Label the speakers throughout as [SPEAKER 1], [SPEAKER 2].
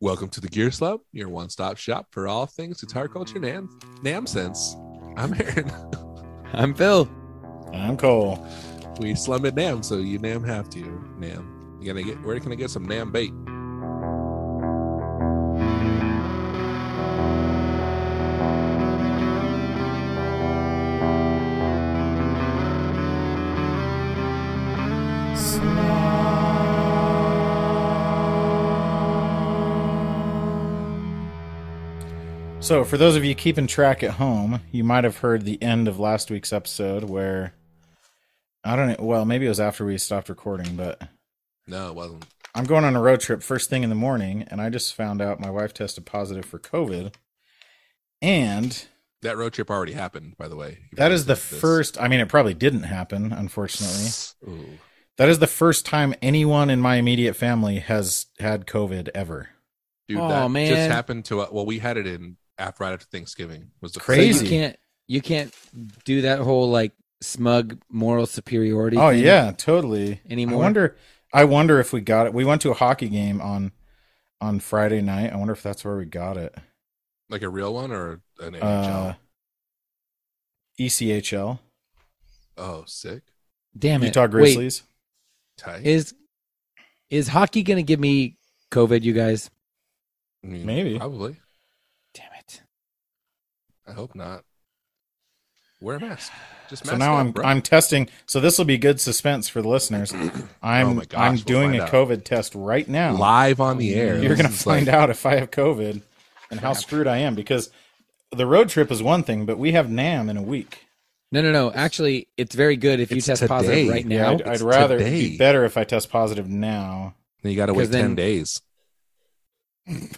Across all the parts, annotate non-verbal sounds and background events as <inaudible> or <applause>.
[SPEAKER 1] Welcome to the Gear Slab, your one stop shop for all things guitar culture and nam sense. I'm Aaron. <laughs>
[SPEAKER 2] I'm Phil.
[SPEAKER 3] I'm Cole.
[SPEAKER 1] We slum it nam, so you nam have to nam. You gonna get where can I get some nam bait?
[SPEAKER 3] So, for those of you keeping track at home, you might have heard the end of last week's episode where I don't know. Well, maybe it was after we stopped recording, but
[SPEAKER 1] No, it wasn't.
[SPEAKER 3] I'm going on a road trip first thing in the morning, and I just found out my wife tested positive for COVID. And
[SPEAKER 1] That road trip already happened, by the way.
[SPEAKER 3] that is the
[SPEAKER 1] This-
[SPEAKER 3] first, I mean, it probably didn't happen, unfortunately.
[SPEAKER 1] Ooh.
[SPEAKER 3] That is the first time anyone in my immediate family has had COVID ever.
[SPEAKER 1] Dude,
[SPEAKER 2] Aw,
[SPEAKER 1] that just
[SPEAKER 2] man.
[SPEAKER 1] happened to us. Well, we had it in after right after Thanksgiving. Was the
[SPEAKER 3] Crazy.
[SPEAKER 2] So you can't you can't do that whole like smug moral superiority.
[SPEAKER 3] Oh,
[SPEAKER 2] thing
[SPEAKER 3] yeah, totally.
[SPEAKER 2] Anymore.
[SPEAKER 3] I wonder. I wonder if we got it. We went to a hockey game on on Friday night. I wonder if that's where we got it.
[SPEAKER 1] Like a real one or an NHL?
[SPEAKER 3] Uh, E ECHL,
[SPEAKER 1] oh, sick.
[SPEAKER 2] Damn it.
[SPEAKER 3] Utah
[SPEAKER 2] Wait,
[SPEAKER 3] Grizzlies.
[SPEAKER 1] Tight.
[SPEAKER 2] is is hockey gonna give me COVID? You guys.
[SPEAKER 1] I mean,
[SPEAKER 3] maybe.
[SPEAKER 1] Probably.
[SPEAKER 2] Damn it.
[SPEAKER 1] I hope not. Wear a mask. Just mask
[SPEAKER 3] so now
[SPEAKER 1] up,
[SPEAKER 3] I'm
[SPEAKER 1] bro. Oh
[SPEAKER 3] I'm testing. So this will be good suspense for
[SPEAKER 1] <clears throat>
[SPEAKER 3] the listeners. I'm
[SPEAKER 1] my gosh,
[SPEAKER 3] I'm
[SPEAKER 1] we'll
[SPEAKER 3] doing
[SPEAKER 1] find
[SPEAKER 3] a
[SPEAKER 1] out.
[SPEAKER 3] COVID test right now.
[SPEAKER 1] live on the air.
[SPEAKER 3] You're
[SPEAKER 1] This
[SPEAKER 3] gonna
[SPEAKER 1] is
[SPEAKER 3] find
[SPEAKER 1] like-
[SPEAKER 3] out if I have COVID and how screwed I am because the road trip is one thing, but we have Nam in a week.
[SPEAKER 2] No, no, no. Actually, it's very good if you
[SPEAKER 1] It's
[SPEAKER 2] test
[SPEAKER 1] today.
[SPEAKER 2] positive right
[SPEAKER 1] Yeah,
[SPEAKER 2] now.
[SPEAKER 3] I'd, I'd
[SPEAKER 1] It's
[SPEAKER 3] rather it'd
[SPEAKER 1] today.
[SPEAKER 3] be better if I test positive now.
[SPEAKER 1] Then you got to wait
[SPEAKER 2] Because then-
[SPEAKER 1] ten days.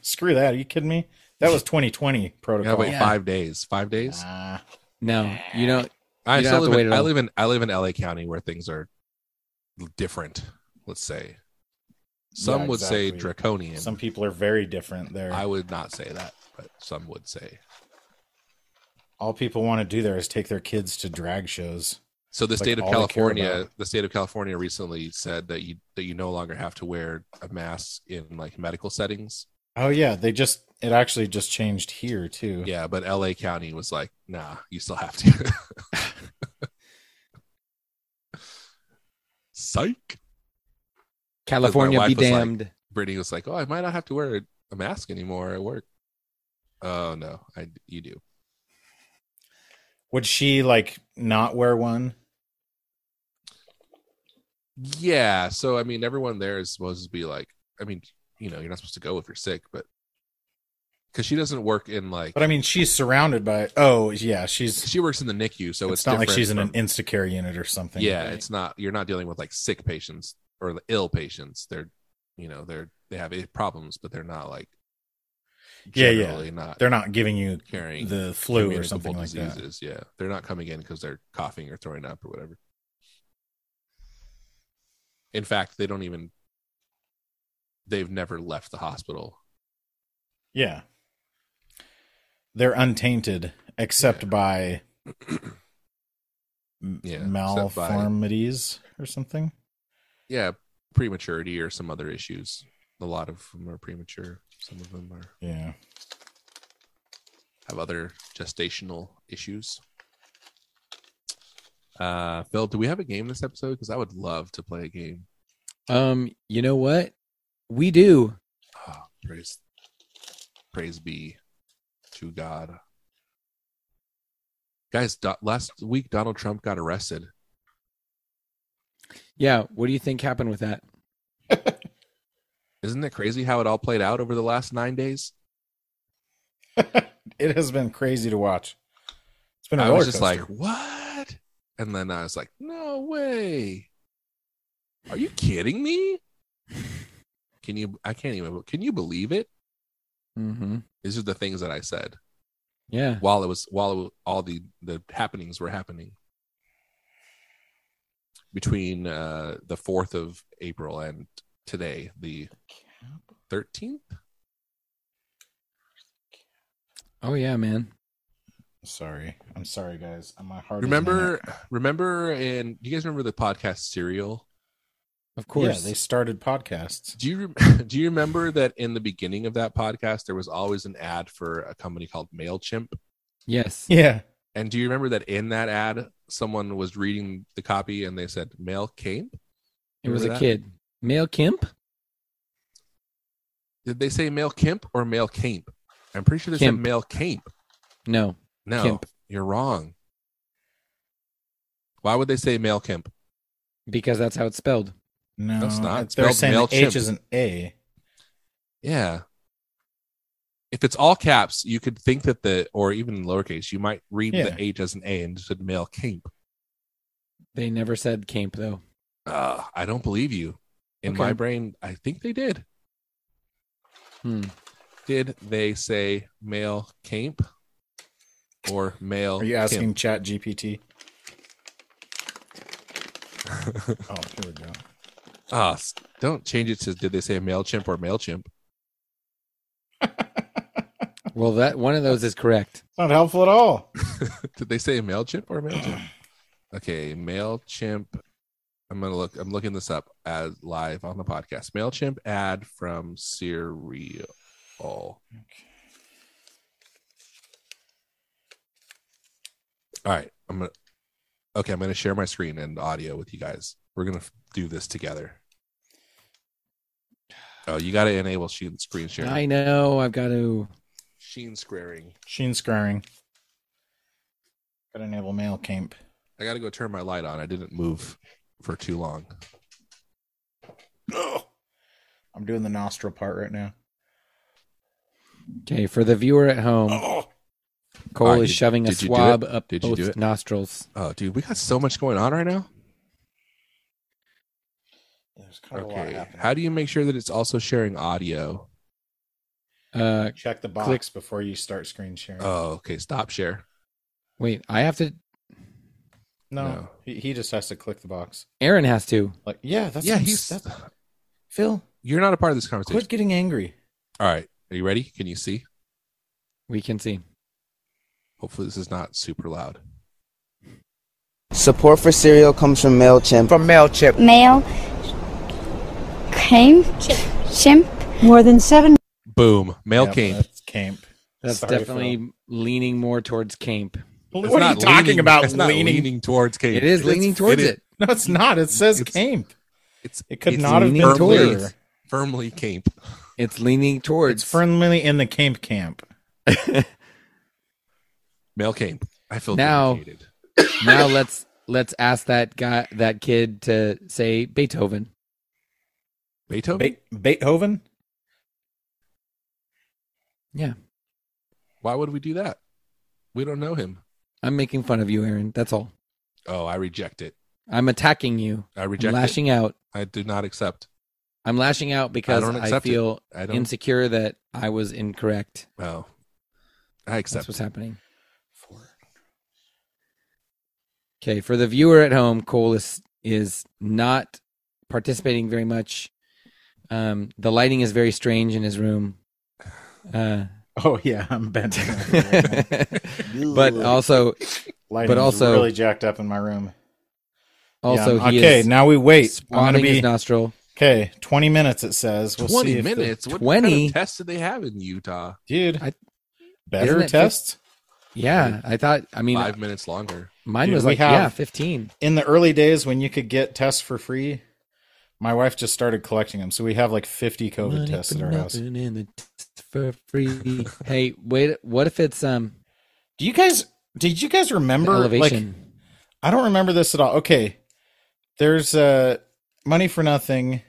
[SPEAKER 3] Screw that. Are you kidding me? That was 2020
[SPEAKER 1] You got to
[SPEAKER 3] protocol.
[SPEAKER 1] wait
[SPEAKER 2] Yeah.
[SPEAKER 1] five days. Five days.
[SPEAKER 3] Nah.
[SPEAKER 2] No, you know.
[SPEAKER 1] I still
[SPEAKER 2] you don't have to
[SPEAKER 1] live
[SPEAKER 2] wait
[SPEAKER 1] in,
[SPEAKER 2] at
[SPEAKER 1] I
[SPEAKER 2] all.
[SPEAKER 1] live in I live in LA County where things are different. Let's say some
[SPEAKER 3] Yeah,
[SPEAKER 1] would say
[SPEAKER 3] exactly.
[SPEAKER 1] draconian.
[SPEAKER 3] Some people are very different there.
[SPEAKER 1] I would not say that, but some would say.
[SPEAKER 3] All people want to do there is take their kids to drag shows.
[SPEAKER 1] So the
[SPEAKER 3] Like,
[SPEAKER 1] state of
[SPEAKER 3] all they care
[SPEAKER 1] California,
[SPEAKER 3] about.
[SPEAKER 1] the state of California recently said that you that you no longer have to wear a mask in like medical settings.
[SPEAKER 3] Oh yeah, they just it actually just changed here too.
[SPEAKER 1] Yeah, but LA County was like, nah, you still have to. <laughs> Psych.
[SPEAKER 2] California be
[SPEAKER 1] wife was like-
[SPEAKER 2] damned.
[SPEAKER 1] Brittany was like, "Oh, I might not have to wear a mask anymore at work." Oh no, I you do.
[SPEAKER 3] Would she like not wear one?
[SPEAKER 1] Yeah, so I mean, everyone there is supposed to be like, I mean, you know, you're not supposed to go if you're sick, but because she doesn't work in like,
[SPEAKER 3] But I mean, she's surrounded by. Oh yeah, she's.
[SPEAKER 1] she works in the NICU, so
[SPEAKER 3] it's,
[SPEAKER 1] it's,
[SPEAKER 3] not like
[SPEAKER 1] different
[SPEAKER 3] she's in an
[SPEAKER 1] from-
[SPEAKER 3] Instacare unit or something.
[SPEAKER 1] yeah,
[SPEAKER 3] right?
[SPEAKER 1] it's not. You're not dealing with like sick patients or the ill patients. They're, you know, they're they have i- problems, but they're not like,
[SPEAKER 3] Yeah, yeah.
[SPEAKER 1] generally not
[SPEAKER 3] they're not giving you
[SPEAKER 1] carrying
[SPEAKER 3] the flu or
[SPEAKER 1] communicable
[SPEAKER 3] something like that.
[SPEAKER 1] diseases. Yeah, they're not coming in because they're coughing or throwing up or whatever. In fact, they don't even. They've never left the hospital.
[SPEAKER 3] Yeah, they're untainted except
[SPEAKER 1] Yeah.
[SPEAKER 3] by m-
[SPEAKER 1] Yeah, except by-
[SPEAKER 3] malformities or something.
[SPEAKER 1] Yeah, prematurity or some other issues. A lot of them are premature. Some of them are
[SPEAKER 3] Yeah. <laughs>
[SPEAKER 1] have other gestational issues. Uh, Phil, do we have a game this episode? Because I would love to play a game.
[SPEAKER 2] Um, you know what? We do.
[SPEAKER 1] Ah, praise, praise be to God. Guys, Do- last week Donald Trump got arrested.
[SPEAKER 2] Yeah. What do you think happened with that?
[SPEAKER 1] Isn't it crazy how it all played out over the last nine days?
[SPEAKER 3] it has been crazy to watch. It's been a
[SPEAKER 1] I
[SPEAKER 3] roller
[SPEAKER 1] was just
[SPEAKER 3] coaster.
[SPEAKER 1] like, what? And then I was like, no way. Are you kidding me? Can you? I can't even. Can you believe it?
[SPEAKER 2] Mm-hmm.
[SPEAKER 1] These are the things that I said
[SPEAKER 2] Yeah.
[SPEAKER 1] while it was while it was, all the the happenings were happening between uh the 4th of April and today the 13th
[SPEAKER 2] Oh yeah, man.
[SPEAKER 3] sorry, I'm sorry, guys. My heart. is in
[SPEAKER 1] remember remember in do you guys remember the podcast serial
[SPEAKER 2] Of course.
[SPEAKER 3] Yeah, they started podcasts.
[SPEAKER 1] Do you rem- <laughs> do you remember that in the beginning of that podcast there was always an ad for a company called Mailchimp?
[SPEAKER 2] yes.
[SPEAKER 3] Yeah.
[SPEAKER 1] And do you remember that in that ad someone was reading the copy and they said Mail Camp?
[SPEAKER 2] It was a
[SPEAKER 1] Remember that?
[SPEAKER 2] kid. Male Kemp?
[SPEAKER 1] Did they say Mail Camp or Mail Camp? I'm pretty sure they
[SPEAKER 2] Kemp.
[SPEAKER 1] said Mail Camp.
[SPEAKER 2] No.
[SPEAKER 1] No,
[SPEAKER 2] Kemp.
[SPEAKER 1] you're wrong. Why would they say Mail Camp?
[SPEAKER 2] Because that's how it's spelled.
[SPEAKER 3] No,
[SPEAKER 1] That's not
[SPEAKER 3] They're
[SPEAKER 1] spelled
[SPEAKER 3] saying the
[SPEAKER 1] MailChimp.
[SPEAKER 3] H is an A.
[SPEAKER 1] Yeah. If it's all caps, you could think that the or even lowercase, you might read
[SPEAKER 3] Yeah.
[SPEAKER 1] the H as an A and just said Mail Camp.
[SPEAKER 2] They never said Kemp though.
[SPEAKER 1] Uh, I don't believe you. In
[SPEAKER 2] Okay.
[SPEAKER 1] my brain, I think they did.
[SPEAKER 2] Hmm.
[SPEAKER 1] Did they say male camp or male?
[SPEAKER 3] Are you asking
[SPEAKER 1] Kemp? <laughs>
[SPEAKER 3] Chat GPT? oh, here we go.
[SPEAKER 1] Ah, s- don't change it to did they say male chimp or male chimp?
[SPEAKER 2] Well, that one of those is correct.
[SPEAKER 3] It's not helpful
[SPEAKER 1] <laughs>
[SPEAKER 3] at all.
[SPEAKER 1] Did they say male chimp or male
[SPEAKER 3] <clears throat>
[SPEAKER 1] chimp? Okay, male chimp. I'm gonna look. I'm looking this up as live on the podcast. Male chimp ad from cereal. All right, I'm gonna. Okay, I'm gonna share my screen and audio with you guys. We're gonna f- do this together. Oh, you gotta enable sheen screen sharing.
[SPEAKER 2] I know. I've got to.
[SPEAKER 1] Sheen squaring.
[SPEAKER 3] Sheen scarring. Gotta enable mail camp.
[SPEAKER 1] I gotta go turn my light on. I didn't move for too long.
[SPEAKER 3] I'm doing the nostril part right now.
[SPEAKER 2] Okay, for the viewer at home,
[SPEAKER 3] Oh.
[SPEAKER 2] Cole
[SPEAKER 1] Alright,
[SPEAKER 2] is
[SPEAKER 1] did-
[SPEAKER 2] shoving a
[SPEAKER 1] did you do
[SPEAKER 2] swab up
[SPEAKER 1] Did you
[SPEAKER 2] both
[SPEAKER 1] do it?
[SPEAKER 2] nostrils.
[SPEAKER 1] Oh, dude, we got so much going on right now.
[SPEAKER 3] There's kind of a lot
[SPEAKER 1] Okay.
[SPEAKER 3] happening.
[SPEAKER 1] How do you make sure that it's also sharing audio?
[SPEAKER 2] Uh,
[SPEAKER 3] Check the box
[SPEAKER 2] Click.
[SPEAKER 3] before you start screen sharing.
[SPEAKER 1] Oh, okay. Stop share.
[SPEAKER 2] wait, I have to.
[SPEAKER 3] no,
[SPEAKER 1] no.
[SPEAKER 3] He, he just has to click the box.
[SPEAKER 2] Aaron has to.
[SPEAKER 3] Like, yeah, that's
[SPEAKER 1] yeah,
[SPEAKER 3] what I'm-
[SPEAKER 1] he's.
[SPEAKER 3] that's- Phil.
[SPEAKER 1] You're not a part of this conversation.
[SPEAKER 3] Quit getting angry.
[SPEAKER 1] All right. Are you ready? Can you see?
[SPEAKER 2] We can see.
[SPEAKER 1] Hopefully, this is not super loud.
[SPEAKER 4] Support for cereal comes from MailChimp.
[SPEAKER 5] from MailChimp.
[SPEAKER 6] male came chimp
[SPEAKER 7] More than seven.
[SPEAKER 1] Boom. Mail
[SPEAKER 3] Yep,
[SPEAKER 1] came.
[SPEAKER 3] That's camp.
[SPEAKER 2] That's
[SPEAKER 3] Sorry,
[SPEAKER 2] definitely
[SPEAKER 3] Phil.
[SPEAKER 2] leaning more towards Camp.
[SPEAKER 1] It's
[SPEAKER 3] What are you
[SPEAKER 1] not
[SPEAKER 3] talking
[SPEAKER 1] leaning-
[SPEAKER 3] about?
[SPEAKER 1] It's not leaning,
[SPEAKER 3] leaning?
[SPEAKER 1] towards Kate.
[SPEAKER 2] It is leaning towards
[SPEAKER 1] is-
[SPEAKER 2] it.
[SPEAKER 3] No, it's not. It says
[SPEAKER 1] It's-
[SPEAKER 3] camp.
[SPEAKER 1] It's
[SPEAKER 3] It could
[SPEAKER 2] it's
[SPEAKER 3] not have
[SPEAKER 2] leaning
[SPEAKER 3] been
[SPEAKER 2] towards.
[SPEAKER 3] clearer.
[SPEAKER 1] firmly Kate.
[SPEAKER 2] It's leaning towards.
[SPEAKER 3] It's firmly in the camp camp.
[SPEAKER 1] Mail came. I feel
[SPEAKER 2] Now-
[SPEAKER 1] vindicated.
[SPEAKER 2] now let's let's ask that guy that kid to say Beethoven.
[SPEAKER 1] Beethoven.
[SPEAKER 3] Be- Beethoven?
[SPEAKER 2] Yeah,
[SPEAKER 1] Why would we do that? We don't know him.
[SPEAKER 2] I'm making fun of you, Aaron. That's all.
[SPEAKER 1] Oh, I reject it.
[SPEAKER 2] I'm attacking you.
[SPEAKER 1] I
[SPEAKER 2] I'm
[SPEAKER 1] reject it.
[SPEAKER 2] lashing out.
[SPEAKER 1] I do not accept.
[SPEAKER 2] I'm lashing out because
[SPEAKER 1] don't
[SPEAKER 2] I,
[SPEAKER 1] accept it.
[SPEAKER 2] feel
[SPEAKER 1] I don't.
[SPEAKER 2] insecure that I was incorrect.
[SPEAKER 1] oh, I
[SPEAKER 2] That's
[SPEAKER 1] accept.
[SPEAKER 2] what's happening. Okay, for the viewer at home, Cole is is not participating very much. Um, the lighting is very strange in his room. Uh, <laughs>
[SPEAKER 3] Oh yeah, I'm bent.
[SPEAKER 2] but also,
[SPEAKER 3] Lighting is
[SPEAKER 2] also-
[SPEAKER 3] really jacked up in my room.
[SPEAKER 2] also
[SPEAKER 3] Yeah, I'm-
[SPEAKER 2] he
[SPEAKER 3] okay,
[SPEAKER 2] is
[SPEAKER 3] now we wait. I'm
[SPEAKER 2] swabbing
[SPEAKER 3] gonna
[SPEAKER 2] his
[SPEAKER 3] be
[SPEAKER 2] nostril.
[SPEAKER 3] okay. Twenty minutes. It says We'll
[SPEAKER 1] Twenty
[SPEAKER 3] see if the-
[SPEAKER 1] minutes. What
[SPEAKER 2] 20?
[SPEAKER 1] kind of tests do they have in Utah?
[SPEAKER 3] dude.
[SPEAKER 2] I- Isn't
[SPEAKER 3] better
[SPEAKER 2] it fif-
[SPEAKER 3] tests
[SPEAKER 2] Yeah, I thought. I mean,
[SPEAKER 1] Five minutes longer.
[SPEAKER 2] mine
[SPEAKER 3] Dude,
[SPEAKER 2] was
[SPEAKER 3] we
[SPEAKER 2] like
[SPEAKER 3] have-
[SPEAKER 2] yeah, fifteen.
[SPEAKER 3] in the early days when you could get tests for free. My wife just started collecting them, so we have like fifty COVID
[SPEAKER 2] Money
[SPEAKER 3] tests
[SPEAKER 2] for
[SPEAKER 3] at our house.
[SPEAKER 2] nothing and the test for free. hey, wait. What if it's um
[SPEAKER 3] Do you guys? Did you guys
[SPEAKER 2] the
[SPEAKER 3] remember? Like,
[SPEAKER 2] elevation?
[SPEAKER 3] I don't remember this at all. Okay, there's uh money for nothing.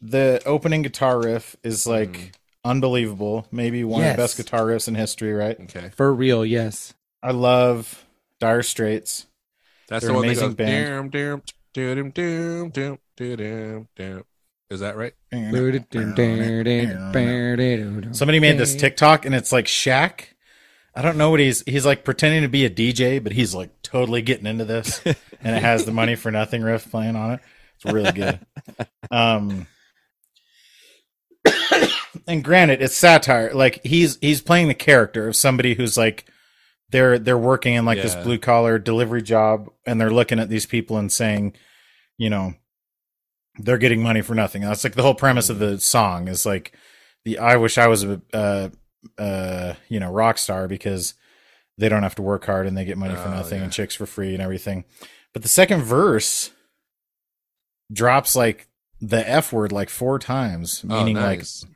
[SPEAKER 3] The opening guitar riff is like unbelievable. Maybe one of the best
[SPEAKER 2] Hmm. Yes.
[SPEAKER 3] guitar riffs in history, right?
[SPEAKER 1] Okay,
[SPEAKER 2] for real? Yes.
[SPEAKER 3] I love Dire Straits.
[SPEAKER 1] that's
[SPEAKER 3] They're
[SPEAKER 1] the one
[SPEAKER 3] amazing
[SPEAKER 1] that goes,
[SPEAKER 3] band.
[SPEAKER 1] Dam, dam, dam, dam, dam, dam, dam, dam. Is that right?
[SPEAKER 3] Somebody
[SPEAKER 2] Somebody
[SPEAKER 3] made this TikTok and it's like Shaq. I don't know what he's he's like pretending to be a DJ, but he's like totally getting into this and it has the money for nothing riff playing on it. It's really good. Um <coughs> and granted, it's satire. Like he's he's playing the character of somebody who's like they're they're working in like this
[SPEAKER 1] Yeah.
[SPEAKER 3] blue collar delivery job and they're looking at these people and saying, you know, they're getting money for nothing. That's like the whole premise of the song is like the I wish I was a uh, uh, you know rock star because they don't have to work hard and they get money for
[SPEAKER 1] Oh,
[SPEAKER 3] nothing
[SPEAKER 1] yeah.
[SPEAKER 3] and chicks for free and everything. But the second verse drops like the f word like four times, meaning
[SPEAKER 1] oh, nice.
[SPEAKER 3] like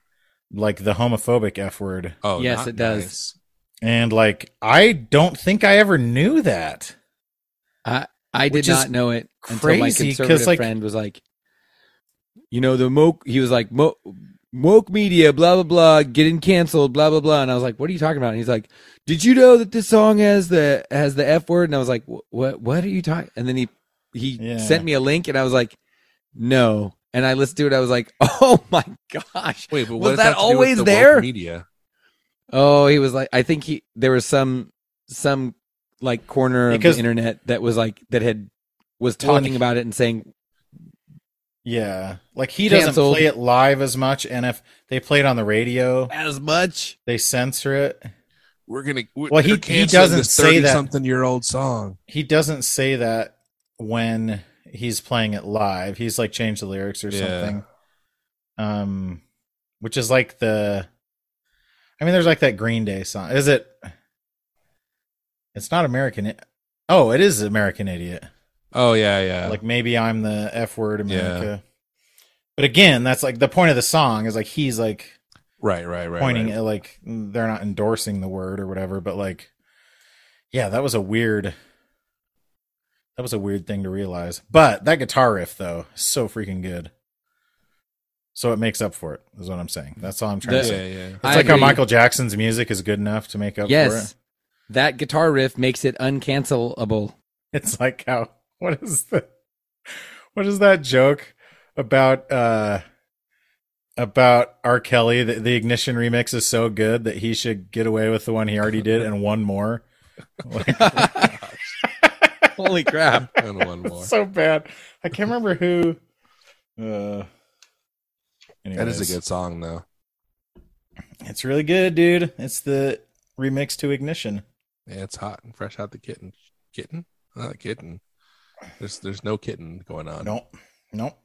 [SPEAKER 3] like the homophobic f word.
[SPEAKER 1] oh
[SPEAKER 2] Yes,
[SPEAKER 1] not
[SPEAKER 2] it does.
[SPEAKER 1] nice.
[SPEAKER 3] And like I don't think I ever knew that.
[SPEAKER 2] I did
[SPEAKER 3] Which is
[SPEAKER 2] not know it until my
[SPEAKER 3] crazy, 'cause,
[SPEAKER 2] conservative
[SPEAKER 3] like-
[SPEAKER 2] friend was like, you know, the moke. He was like, "Mo- woke media, blah blah blah, getting canceled, blah blah blah. And I was like, what are you talking about? And he's like, did you know that this song has the has the f word? And I was like, "Wh- what what are you talking? And then he he
[SPEAKER 3] Yeah.
[SPEAKER 2] sent me a link, and I was like, no. And I listened to it. I was like, <laughs> oh my gosh.
[SPEAKER 1] Wait, but
[SPEAKER 2] Was
[SPEAKER 1] what does have
[SPEAKER 2] that
[SPEAKER 1] to do with
[SPEAKER 2] always
[SPEAKER 1] the woke
[SPEAKER 2] there?
[SPEAKER 1] Media.
[SPEAKER 2] Oh, he was like, I think he there was some some like corner of
[SPEAKER 3] Because-
[SPEAKER 2] the internet that was like that had was
[SPEAKER 3] Well, and
[SPEAKER 2] talking
[SPEAKER 3] he-
[SPEAKER 2] about it and saying,
[SPEAKER 3] Yeah. Like he
[SPEAKER 2] Canceled.
[SPEAKER 3] doesn't play it live as much and if they play it on the radio,
[SPEAKER 2] as much.
[SPEAKER 3] they censor it.
[SPEAKER 1] We're gonna. we
[SPEAKER 3] Well, he- he doesn't say that.
[SPEAKER 1] Something year old song.
[SPEAKER 3] He doesn't say that when he's playing it live. He's like changed the lyrics or
[SPEAKER 1] Yeah.
[SPEAKER 3] something. Um which is like the I mean there's like that Green Day song. Is it It's not American I- Oh, it is American Idiot.
[SPEAKER 1] Oh yeah, yeah.
[SPEAKER 3] like maybe I'm the F word
[SPEAKER 1] Yeah.
[SPEAKER 3] America. But again, that's like the point of the song is like he's like
[SPEAKER 1] right, right, right.
[SPEAKER 3] pointing
[SPEAKER 1] right.
[SPEAKER 3] at like they're not endorsing the word or whatever, but like yeah, that was a weird that was a weird thing to realize. But that guitar riff though, is so freaking good. So it makes up for it, is what I'm saying. That's all I'm trying
[SPEAKER 2] The-
[SPEAKER 3] to
[SPEAKER 1] Yeah,
[SPEAKER 3] say.
[SPEAKER 1] yeah.
[SPEAKER 3] It's
[SPEAKER 2] I
[SPEAKER 3] like how
[SPEAKER 2] agree.
[SPEAKER 3] Michael Jackson's music is good enough to make up for
[SPEAKER 2] Yes,
[SPEAKER 3] it.
[SPEAKER 2] that guitar riff makes it uncancelable.
[SPEAKER 3] <laughs> It's like how what is the what is that joke about uh about R. Kelly that the ignition remix is so good that he should get away with the one he already did and
[SPEAKER 1] <laughs>
[SPEAKER 3] one more. Like, <laughs>
[SPEAKER 2] Holy crap!
[SPEAKER 1] and one
[SPEAKER 3] <laughs>
[SPEAKER 1] more.
[SPEAKER 3] so bad. I can't remember who uh
[SPEAKER 1] That is
[SPEAKER 3] anyways.
[SPEAKER 1] a good song though.
[SPEAKER 3] It's really good, dude. It's the remix to ignition.
[SPEAKER 1] Yeah, it's hot and fresh out the kitten. Kitten? Not a kitten. There's there's no kitten going on.
[SPEAKER 3] Nope. Nope.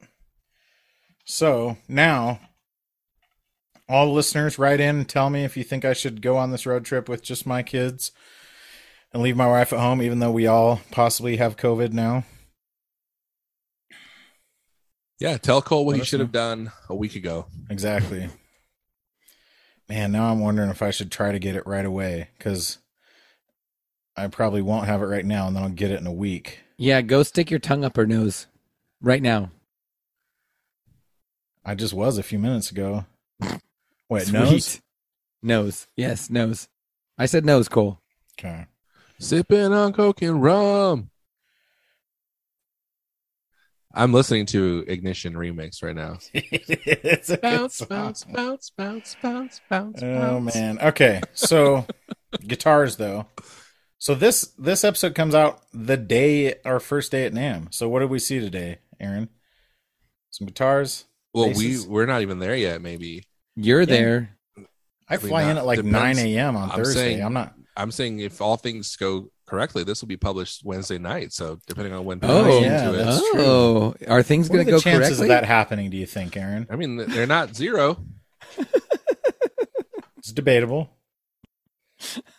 [SPEAKER 3] So now all listeners write in and tell me if you think I should go on this road trip with just my kids and leave my wife at home, even though we all possibly have COVID now.
[SPEAKER 1] Yeah, tell Cole what
[SPEAKER 3] Let
[SPEAKER 1] he
[SPEAKER 3] us
[SPEAKER 1] should
[SPEAKER 3] know.
[SPEAKER 1] have done a week ago.
[SPEAKER 3] Exactly. Man, now I'm wondering if I should try to get it right away because I probably won't have it right now and then I'll get it in a week.
[SPEAKER 2] Yeah, go stick your tongue up her nose right now.
[SPEAKER 3] I just was a few minutes ago. Wait,
[SPEAKER 2] Sweet.
[SPEAKER 3] nose?
[SPEAKER 2] nose. Yes, nose. I said nose, Cole.
[SPEAKER 3] Okay. <laughs>
[SPEAKER 1] Sipping on Coke and rum. I'm listening to Ignition Remix right now.
[SPEAKER 3] It's a good
[SPEAKER 1] <laughs> Bounce,
[SPEAKER 3] <laughs> song.
[SPEAKER 1] bounce, bounce, bounce, bounce, bounce,
[SPEAKER 3] Oh
[SPEAKER 1] bounce.
[SPEAKER 3] man. Okay. So guitars though. So this this episode comes out the day our first day at NAM. So what did we see today, Aaron? Some guitars.
[SPEAKER 1] Well,
[SPEAKER 3] Faces.
[SPEAKER 1] we we're not even there yet. Maybe
[SPEAKER 2] You're
[SPEAKER 3] Yeah.
[SPEAKER 2] there.
[SPEAKER 3] I
[SPEAKER 1] Probably
[SPEAKER 3] fly in
[SPEAKER 1] not.
[SPEAKER 3] at like
[SPEAKER 1] Depends.
[SPEAKER 3] nine a.m. on
[SPEAKER 1] I'm
[SPEAKER 3] Thursday.
[SPEAKER 1] saying-
[SPEAKER 3] I'm not.
[SPEAKER 1] I'm saying if all things go correctly, this will be published Wednesday night. So depending on when people
[SPEAKER 2] Oh,
[SPEAKER 1] listen
[SPEAKER 3] yeah,
[SPEAKER 1] to it.
[SPEAKER 3] that's true.
[SPEAKER 2] oh, are things
[SPEAKER 3] What are
[SPEAKER 2] going
[SPEAKER 3] the
[SPEAKER 2] to go
[SPEAKER 3] chances
[SPEAKER 2] correctly?
[SPEAKER 3] of that happening? Do you think, Aaron?
[SPEAKER 1] I mean, they're not zero
[SPEAKER 3] It's debatable.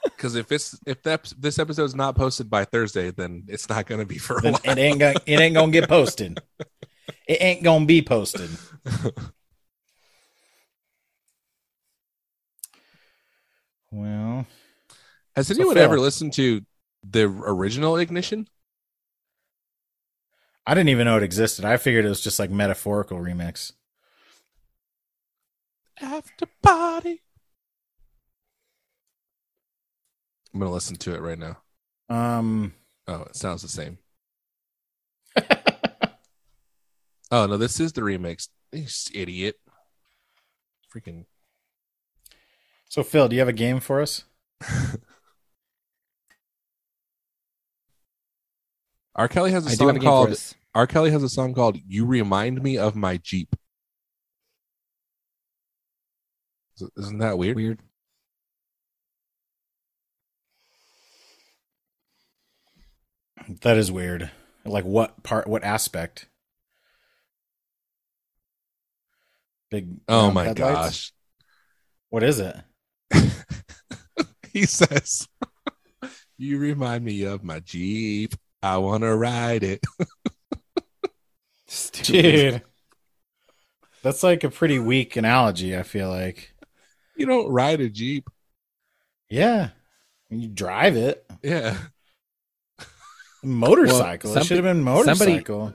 [SPEAKER 1] because if it's if that this episode's not posted by Thursday, then it's not going to be for a <laughs>
[SPEAKER 3] Then
[SPEAKER 1] while.
[SPEAKER 3] it ain't gonna it ain't gonna get posted. It ain't gonna
[SPEAKER 1] <laughs>
[SPEAKER 3] be posted. Well,
[SPEAKER 1] Has
[SPEAKER 3] So,
[SPEAKER 1] anyone
[SPEAKER 3] Phil.
[SPEAKER 1] ever listened to the original Ignition?
[SPEAKER 3] I didn't even know it existed. I figured it was just like metaphorical remix.
[SPEAKER 1] After party. I'm gonna listen to it right now.
[SPEAKER 3] Um,
[SPEAKER 1] Oh, it sounds the <laughs> same. oh no, this is the remix. You idiot. Freaking
[SPEAKER 3] So Phil, do you have a game for us?
[SPEAKER 1] R. Kelly has a
[SPEAKER 2] I do have
[SPEAKER 1] song
[SPEAKER 2] a game for
[SPEAKER 1] called
[SPEAKER 2] us.
[SPEAKER 1] R. Kelly has a song called "You Remind Me of My Jeep." Is- Isn't that weird?
[SPEAKER 2] Weird.
[SPEAKER 3] That is weird. Like what part? What aspect? Big.
[SPEAKER 1] Oh
[SPEAKER 3] round
[SPEAKER 1] my
[SPEAKER 3] headlights.
[SPEAKER 1] gosh. <laughs>
[SPEAKER 3] What is it?
[SPEAKER 1] He says, <laughs> You remind me of my Jeep. I want to ride it.
[SPEAKER 3] Dude. <laughs> That's like a pretty weak analogy, I feel like.
[SPEAKER 1] You don't ride a Jeep.
[SPEAKER 3] Yeah. You drive it.
[SPEAKER 2] Uh-huh.
[SPEAKER 1] Yeah.
[SPEAKER 3] Motorcycle.
[SPEAKER 2] some
[SPEAKER 3] it should have been
[SPEAKER 2] pe- somebody-
[SPEAKER 3] motorcycle.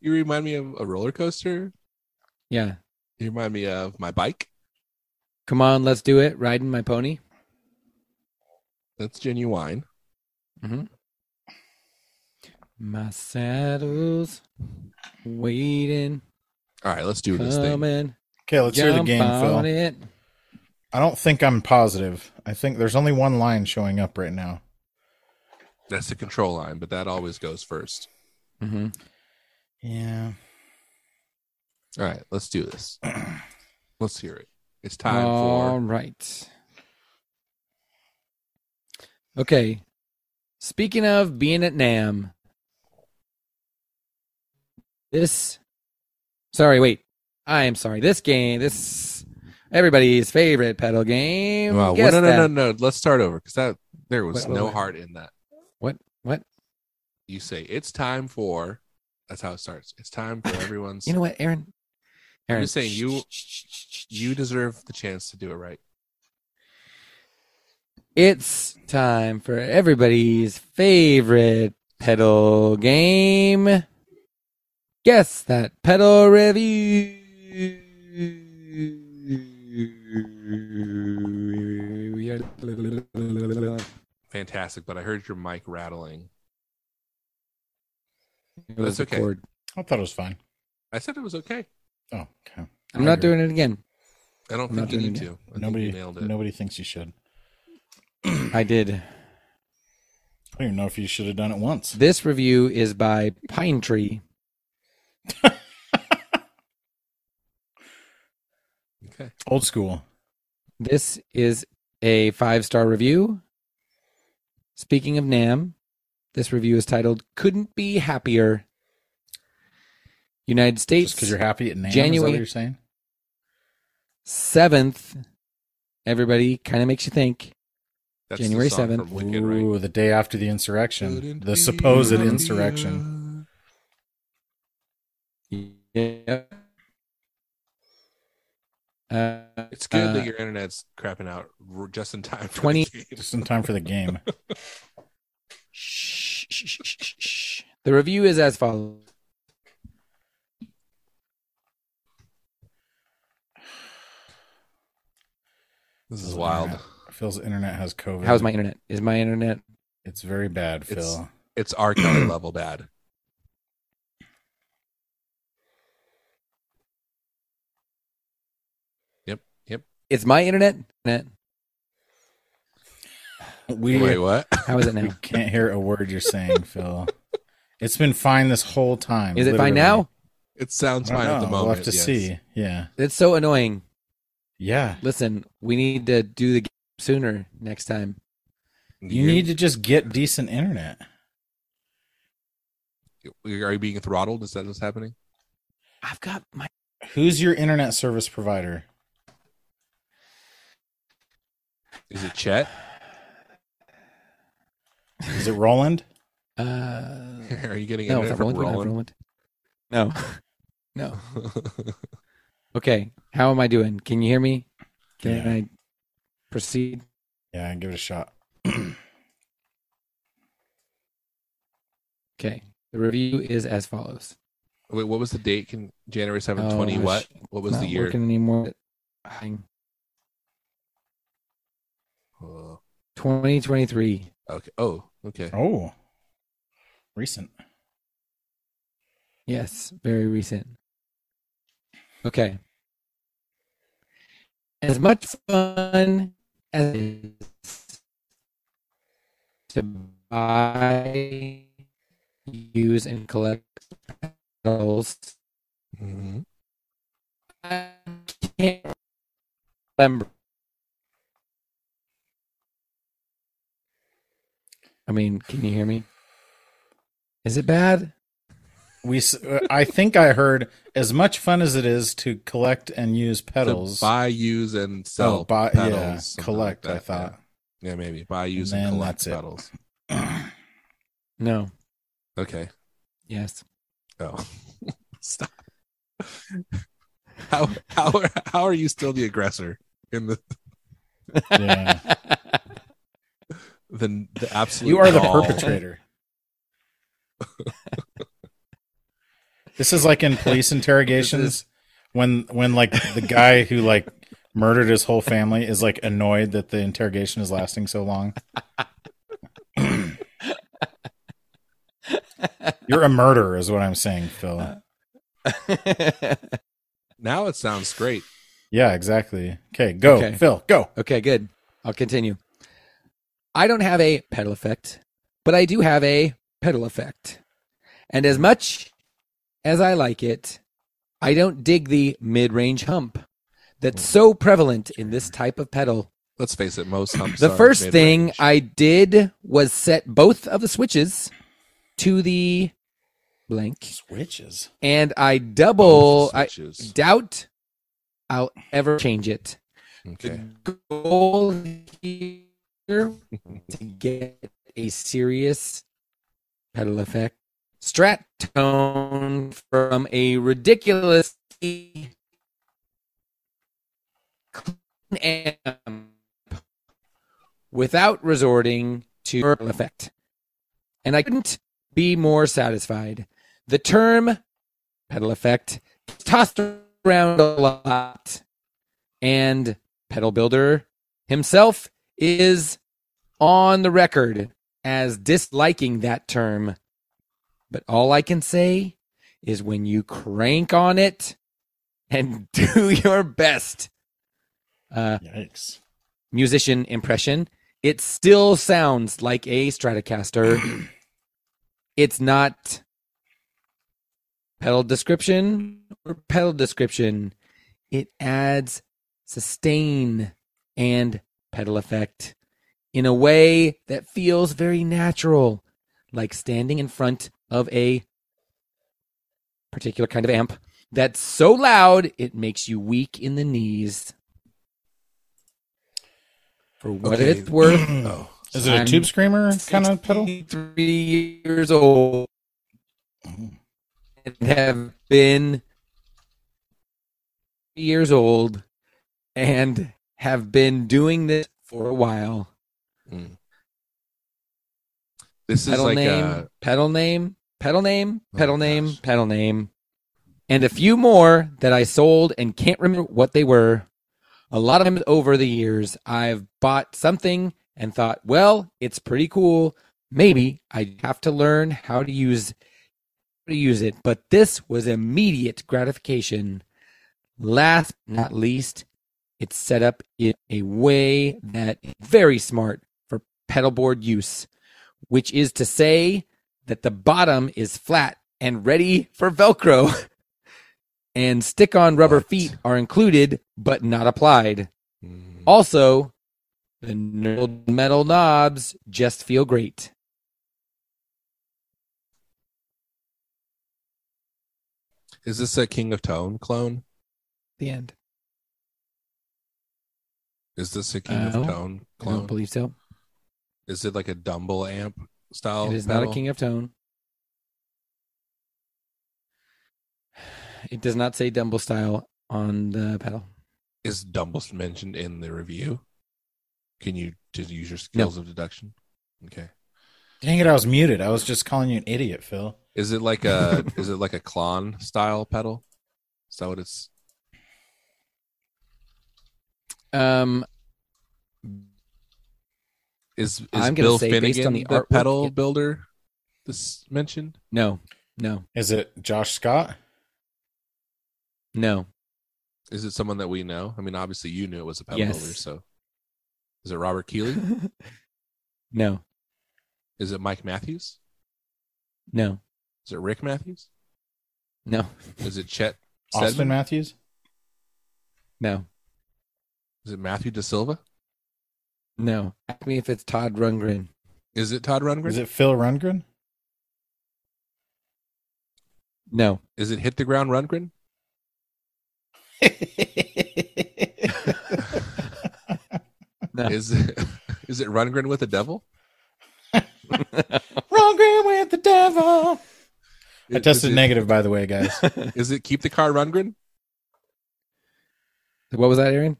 [SPEAKER 1] You remind me of a roller coaster.
[SPEAKER 2] Yeah.
[SPEAKER 1] You remind me of my bike.
[SPEAKER 2] Come on, let's do it. Riding my pony.
[SPEAKER 1] That's genuine.
[SPEAKER 2] My saddles waiting,
[SPEAKER 1] All right, let's do this thing.
[SPEAKER 2] coming.
[SPEAKER 3] Okay, let's hear the
[SPEAKER 2] Jump
[SPEAKER 3] game,
[SPEAKER 2] on
[SPEAKER 3] Phil.
[SPEAKER 2] it.
[SPEAKER 3] I don't think I'm positive. I think there's only one line showing up right now.
[SPEAKER 1] That's the control line, but that always goes first.
[SPEAKER 2] Mm-hmm.
[SPEAKER 3] Yeah.
[SPEAKER 1] All right, let's do this.
[SPEAKER 2] <clears throat>
[SPEAKER 1] Let's hear it. It's time
[SPEAKER 2] All
[SPEAKER 1] for
[SPEAKER 2] right. Okay. Speaking of being at Nam, this. Sorry, wait. I am sorry. This game, this everybody's favorite pedal game.
[SPEAKER 1] well,
[SPEAKER 2] Guess
[SPEAKER 1] no, no,
[SPEAKER 2] that.
[SPEAKER 1] no, no. Let's start over because that there was
[SPEAKER 2] Wait, wait,
[SPEAKER 1] no
[SPEAKER 2] wait.
[SPEAKER 1] heart in that.
[SPEAKER 2] What? What?
[SPEAKER 1] You say it's time for. That's how it starts. It's time
[SPEAKER 2] <sighs>
[SPEAKER 1] for everyone's.
[SPEAKER 2] You know what, Aaron? Aaron,
[SPEAKER 1] just saying,
[SPEAKER 2] shh,
[SPEAKER 1] you-
[SPEAKER 2] shh, shh, shh, shh, shh.
[SPEAKER 1] you deserve the chance to do it right.
[SPEAKER 2] It's time for everybody's favorite pedal game. Guess that pedal review.
[SPEAKER 1] Fantastic, but I heard your mic rattling.
[SPEAKER 2] That's
[SPEAKER 1] okay.
[SPEAKER 3] I thought it was fine.
[SPEAKER 1] I said it was okay.
[SPEAKER 3] Oh, okay.
[SPEAKER 2] I'm not doing it again.
[SPEAKER 1] I don't
[SPEAKER 2] I'm
[SPEAKER 1] think
[SPEAKER 2] not
[SPEAKER 1] you
[SPEAKER 2] doing
[SPEAKER 1] need
[SPEAKER 2] it.
[SPEAKER 1] to. I think
[SPEAKER 3] Nobody
[SPEAKER 1] you nailed it.
[SPEAKER 3] nobody thinks you should.
[SPEAKER 2] I did.
[SPEAKER 3] I don't even know if you should have done it once.
[SPEAKER 2] This review is by Pine Tree.
[SPEAKER 1] Okay.
[SPEAKER 3] Old school.
[SPEAKER 2] This is a five star review. Speaking of NAM, this review is titled Couldn't Be Happier. United
[SPEAKER 3] Just
[SPEAKER 2] States
[SPEAKER 3] because you're happy at NAM, is that
[SPEAKER 2] January-
[SPEAKER 3] what you're saying?
[SPEAKER 2] 7th. Everybody kind of makes you think.
[SPEAKER 1] That's the
[SPEAKER 2] January
[SPEAKER 1] song
[SPEAKER 2] 7th.
[SPEAKER 1] from Wicked, right?
[SPEAKER 3] Ooh, the day after the insurrection.
[SPEAKER 1] Couldn't
[SPEAKER 3] The
[SPEAKER 1] be
[SPEAKER 3] supposed
[SPEAKER 1] happier.
[SPEAKER 3] insurrection.
[SPEAKER 2] Yeah. Uh,
[SPEAKER 1] It's good
[SPEAKER 2] uh,
[SPEAKER 1] that your internet's crapping out r- just in time. For the
[SPEAKER 3] <laughs>
[SPEAKER 2] 20
[SPEAKER 1] game.
[SPEAKER 3] Just in time for the game.
[SPEAKER 2] Shh, shh, shh, shh, shh. The review is as follows.
[SPEAKER 1] This is wild.
[SPEAKER 3] Phil's internet has COVID.
[SPEAKER 2] How's my internet? Is my internet
[SPEAKER 3] It's very bad, Phil.
[SPEAKER 1] It's- It's R
[SPEAKER 3] <clears throat>
[SPEAKER 1] Kelly level bad. Yep. Yep.
[SPEAKER 2] It's my internet. Internet.
[SPEAKER 3] we
[SPEAKER 1] Wait, what? <laughs>
[SPEAKER 2] How is it
[SPEAKER 3] we
[SPEAKER 2] now?
[SPEAKER 3] can't hear a word you're
[SPEAKER 2] <laughs>
[SPEAKER 3] saying, Phil. It's been fine this whole time.
[SPEAKER 2] Is it by
[SPEAKER 3] literally.
[SPEAKER 2] now?
[SPEAKER 1] It sounds
[SPEAKER 3] I don't
[SPEAKER 1] fine at the
[SPEAKER 3] know.
[SPEAKER 1] moment.
[SPEAKER 3] We'll have to
[SPEAKER 1] yes.
[SPEAKER 3] see. Yeah.
[SPEAKER 2] That's so annoying.
[SPEAKER 3] Yeah.
[SPEAKER 2] Listen, we need to do the game sooner next time.
[SPEAKER 3] You need to just get decent internet.
[SPEAKER 1] Are you being throttled? Is that what's happening?
[SPEAKER 2] I've got my
[SPEAKER 3] Who's your internet service provider?
[SPEAKER 1] Is it
[SPEAKER 3] <laughs>
[SPEAKER 1] Chet? <laughs>
[SPEAKER 3] Is it Roland?
[SPEAKER 2] uh
[SPEAKER 1] Are <laughs> you getting internet
[SPEAKER 2] no, it's not
[SPEAKER 1] from
[SPEAKER 2] Roland, not
[SPEAKER 1] Roland?
[SPEAKER 2] Roland. No. No.
[SPEAKER 1] <laughs>
[SPEAKER 2] Okay. How am I doing? Can you hear me? Can
[SPEAKER 3] Yeah.
[SPEAKER 2] I proceed?
[SPEAKER 3] Yeah, give it a shot.
[SPEAKER 2] Okay. The review is as follows.
[SPEAKER 1] Wait, what was the date? Can January seventh,
[SPEAKER 2] Oh,
[SPEAKER 1] twenty?
[SPEAKER 2] I
[SPEAKER 1] What?
[SPEAKER 2] sh-
[SPEAKER 1] What was
[SPEAKER 2] not
[SPEAKER 1] the year?
[SPEAKER 2] working anymore.
[SPEAKER 1] Oh,
[SPEAKER 2] 2023.
[SPEAKER 1] okay. Oh, okay.
[SPEAKER 3] Oh. Recent.
[SPEAKER 2] Yes, very recent. Okay. As much fun as it is to buy, use, and collect pedals,
[SPEAKER 1] Mhm.
[SPEAKER 2] I can't remember. I mean, can you hear me? Is it bad?
[SPEAKER 3] we s- uh, I think I heard as much fun as it is to collect and use
[SPEAKER 1] To
[SPEAKER 3] pedals.
[SPEAKER 1] buy, use, and sell
[SPEAKER 3] oh, buy, yeah,
[SPEAKER 1] pedals. something like
[SPEAKER 3] collect.
[SPEAKER 1] that,
[SPEAKER 3] I thought.
[SPEAKER 1] Yeah, Yeah, maybe buy, use, and,
[SPEAKER 3] then
[SPEAKER 1] collect
[SPEAKER 3] that's it.
[SPEAKER 1] pedals.
[SPEAKER 2] No.
[SPEAKER 1] Okay.
[SPEAKER 2] Yes.
[SPEAKER 1] Oh, <laughs> stop.
[SPEAKER 3] <laughs>
[SPEAKER 1] How how are, how are you still the aggressor in the
[SPEAKER 3] Yeah.
[SPEAKER 1] the, the absolute?
[SPEAKER 3] You are the
[SPEAKER 1] gall?
[SPEAKER 3] perpetrator. <laughs> <laughs> this is like in police interrogations when when like the guy who like murdered his whole family is like annoyed that the interrogation is lasting so <laughs> long. You're a murderer is what I'm saying, Phil.
[SPEAKER 1] Now it sounds great.
[SPEAKER 3] Yeah, exactly. Okay, go,
[SPEAKER 2] Okay.
[SPEAKER 3] Phil, go.
[SPEAKER 2] okay, good. I'll continue. I don't have a pedal effect, but I do have a pedal effect. And as much as I like it, I don't dig the mid range hump that's so prevalent in this type of pedal.
[SPEAKER 1] Let's face it, most humps.
[SPEAKER 2] The
[SPEAKER 1] are
[SPEAKER 2] first thing
[SPEAKER 1] mid-range.
[SPEAKER 2] I did was set both of the switches to the blank,
[SPEAKER 3] Switches.
[SPEAKER 2] and I double.
[SPEAKER 1] Both
[SPEAKER 2] I
[SPEAKER 1] switches.
[SPEAKER 2] doubt I'll ever change it.
[SPEAKER 1] okay.
[SPEAKER 2] Goal here to get a serious pedal effect strat tone from a ridiculous clean amp without resorting to pedal effect. And I couldn't be more satisfied. The term pedal effect gets tossed around a lot. And pedal builder himself is on the record as disliking that term. But all I can say is when you crank on it and <laughs> do your best uh,
[SPEAKER 3] Yikes. <clears throat>
[SPEAKER 2] musician impression, it still sounds like a Stratocaster. it's not pedal description or pedal description. It adds sustain and pedal effect in a way that feels very natural, like standing in front of a particular kind of amp that's so loud it makes you weak in the knees. For what
[SPEAKER 1] Okay.
[SPEAKER 2] it's worth,
[SPEAKER 1] Oh,
[SPEAKER 3] Is it a
[SPEAKER 2] I'm
[SPEAKER 3] tube screamer kind of pedal?
[SPEAKER 2] 63 years old and have been years old and have been doing this for a while.
[SPEAKER 1] mm. this is
[SPEAKER 2] Pedal
[SPEAKER 1] like
[SPEAKER 2] name,
[SPEAKER 1] uh,
[SPEAKER 2] pedal name, pedal name,
[SPEAKER 1] Oh,
[SPEAKER 2] pedal
[SPEAKER 1] gosh.
[SPEAKER 2] name, pedal name. And a few more that I sold and can't remember what they were. A lot of times over the years, I've bought something and thought, well, it's pretty cool. Maybe I have to learn how to use how to use it. But this was immediate gratification. Last but not least, it's set up in a way that is very smart for pedal board use, which is to say that the bottom is flat and ready for Velcro. <laughs> and stick on rubber
[SPEAKER 1] What?
[SPEAKER 2] feet are included but not applied.
[SPEAKER 1] mm,
[SPEAKER 2] Also, the knurled metal knobs just feel great.
[SPEAKER 1] is this a King of Tone clone?
[SPEAKER 2] The end.
[SPEAKER 1] Is this a King
[SPEAKER 2] Oh,
[SPEAKER 1] of Tone
[SPEAKER 2] I don't
[SPEAKER 1] clone?
[SPEAKER 2] believe so.
[SPEAKER 1] Is it like a Dumble amp style?
[SPEAKER 2] it is not a
[SPEAKER 1] pedal?
[SPEAKER 2] king of tone. It does not say Dumble style on the pedal.
[SPEAKER 1] Is Dumble mentioned in the review? Can you just use your skills of deduction? Okay.
[SPEAKER 3] Dang it, I was muted. I was just calling you an idiot, Phil.
[SPEAKER 1] Is it like
[SPEAKER 2] <laughs>
[SPEAKER 1] a is it like a clon style pedal? Is that what it's?
[SPEAKER 2] Um,
[SPEAKER 1] Is is
[SPEAKER 2] I'm gonna
[SPEAKER 1] Bill
[SPEAKER 2] say
[SPEAKER 1] Finnegan
[SPEAKER 2] based on
[SPEAKER 1] the,
[SPEAKER 2] the artwork,
[SPEAKER 1] pedal
[SPEAKER 2] it-
[SPEAKER 1] builder? This mentioned.
[SPEAKER 2] no, no,
[SPEAKER 3] Is it Josh Scott?
[SPEAKER 2] no.
[SPEAKER 1] Is it someone that we know? I mean, obviously you knew it was a pedal
[SPEAKER 2] Yes.
[SPEAKER 1] builder. So, is it Robert Keeley?
[SPEAKER 2] <laughs>
[SPEAKER 3] <laughs>
[SPEAKER 2] no,
[SPEAKER 1] is it Mike Matthews?
[SPEAKER 2] no,
[SPEAKER 1] Is it Rick Matthews?
[SPEAKER 2] no,
[SPEAKER 1] Is it Chet?
[SPEAKER 3] Austin
[SPEAKER 1] Sedman?
[SPEAKER 3] Matthews?
[SPEAKER 2] no,
[SPEAKER 1] Is it Matthew De Silva?
[SPEAKER 2] no. Ask me if it's Todd Rundgren.
[SPEAKER 1] Is it Todd Rundgren?
[SPEAKER 3] Is it Phil Rundgren?
[SPEAKER 2] No.
[SPEAKER 1] Is it hit the ground
[SPEAKER 3] <laughs>
[SPEAKER 1] Rundgren?
[SPEAKER 2] No.
[SPEAKER 1] Is it <laughs> is it Rundgren with the devil?
[SPEAKER 3] Wrong game with the devil. I
[SPEAKER 1] Is-
[SPEAKER 3] tested
[SPEAKER 1] is it-
[SPEAKER 3] negative, by the way, guys.
[SPEAKER 1] Is it keep the car Rundgren?
[SPEAKER 2] What was that, Aaron?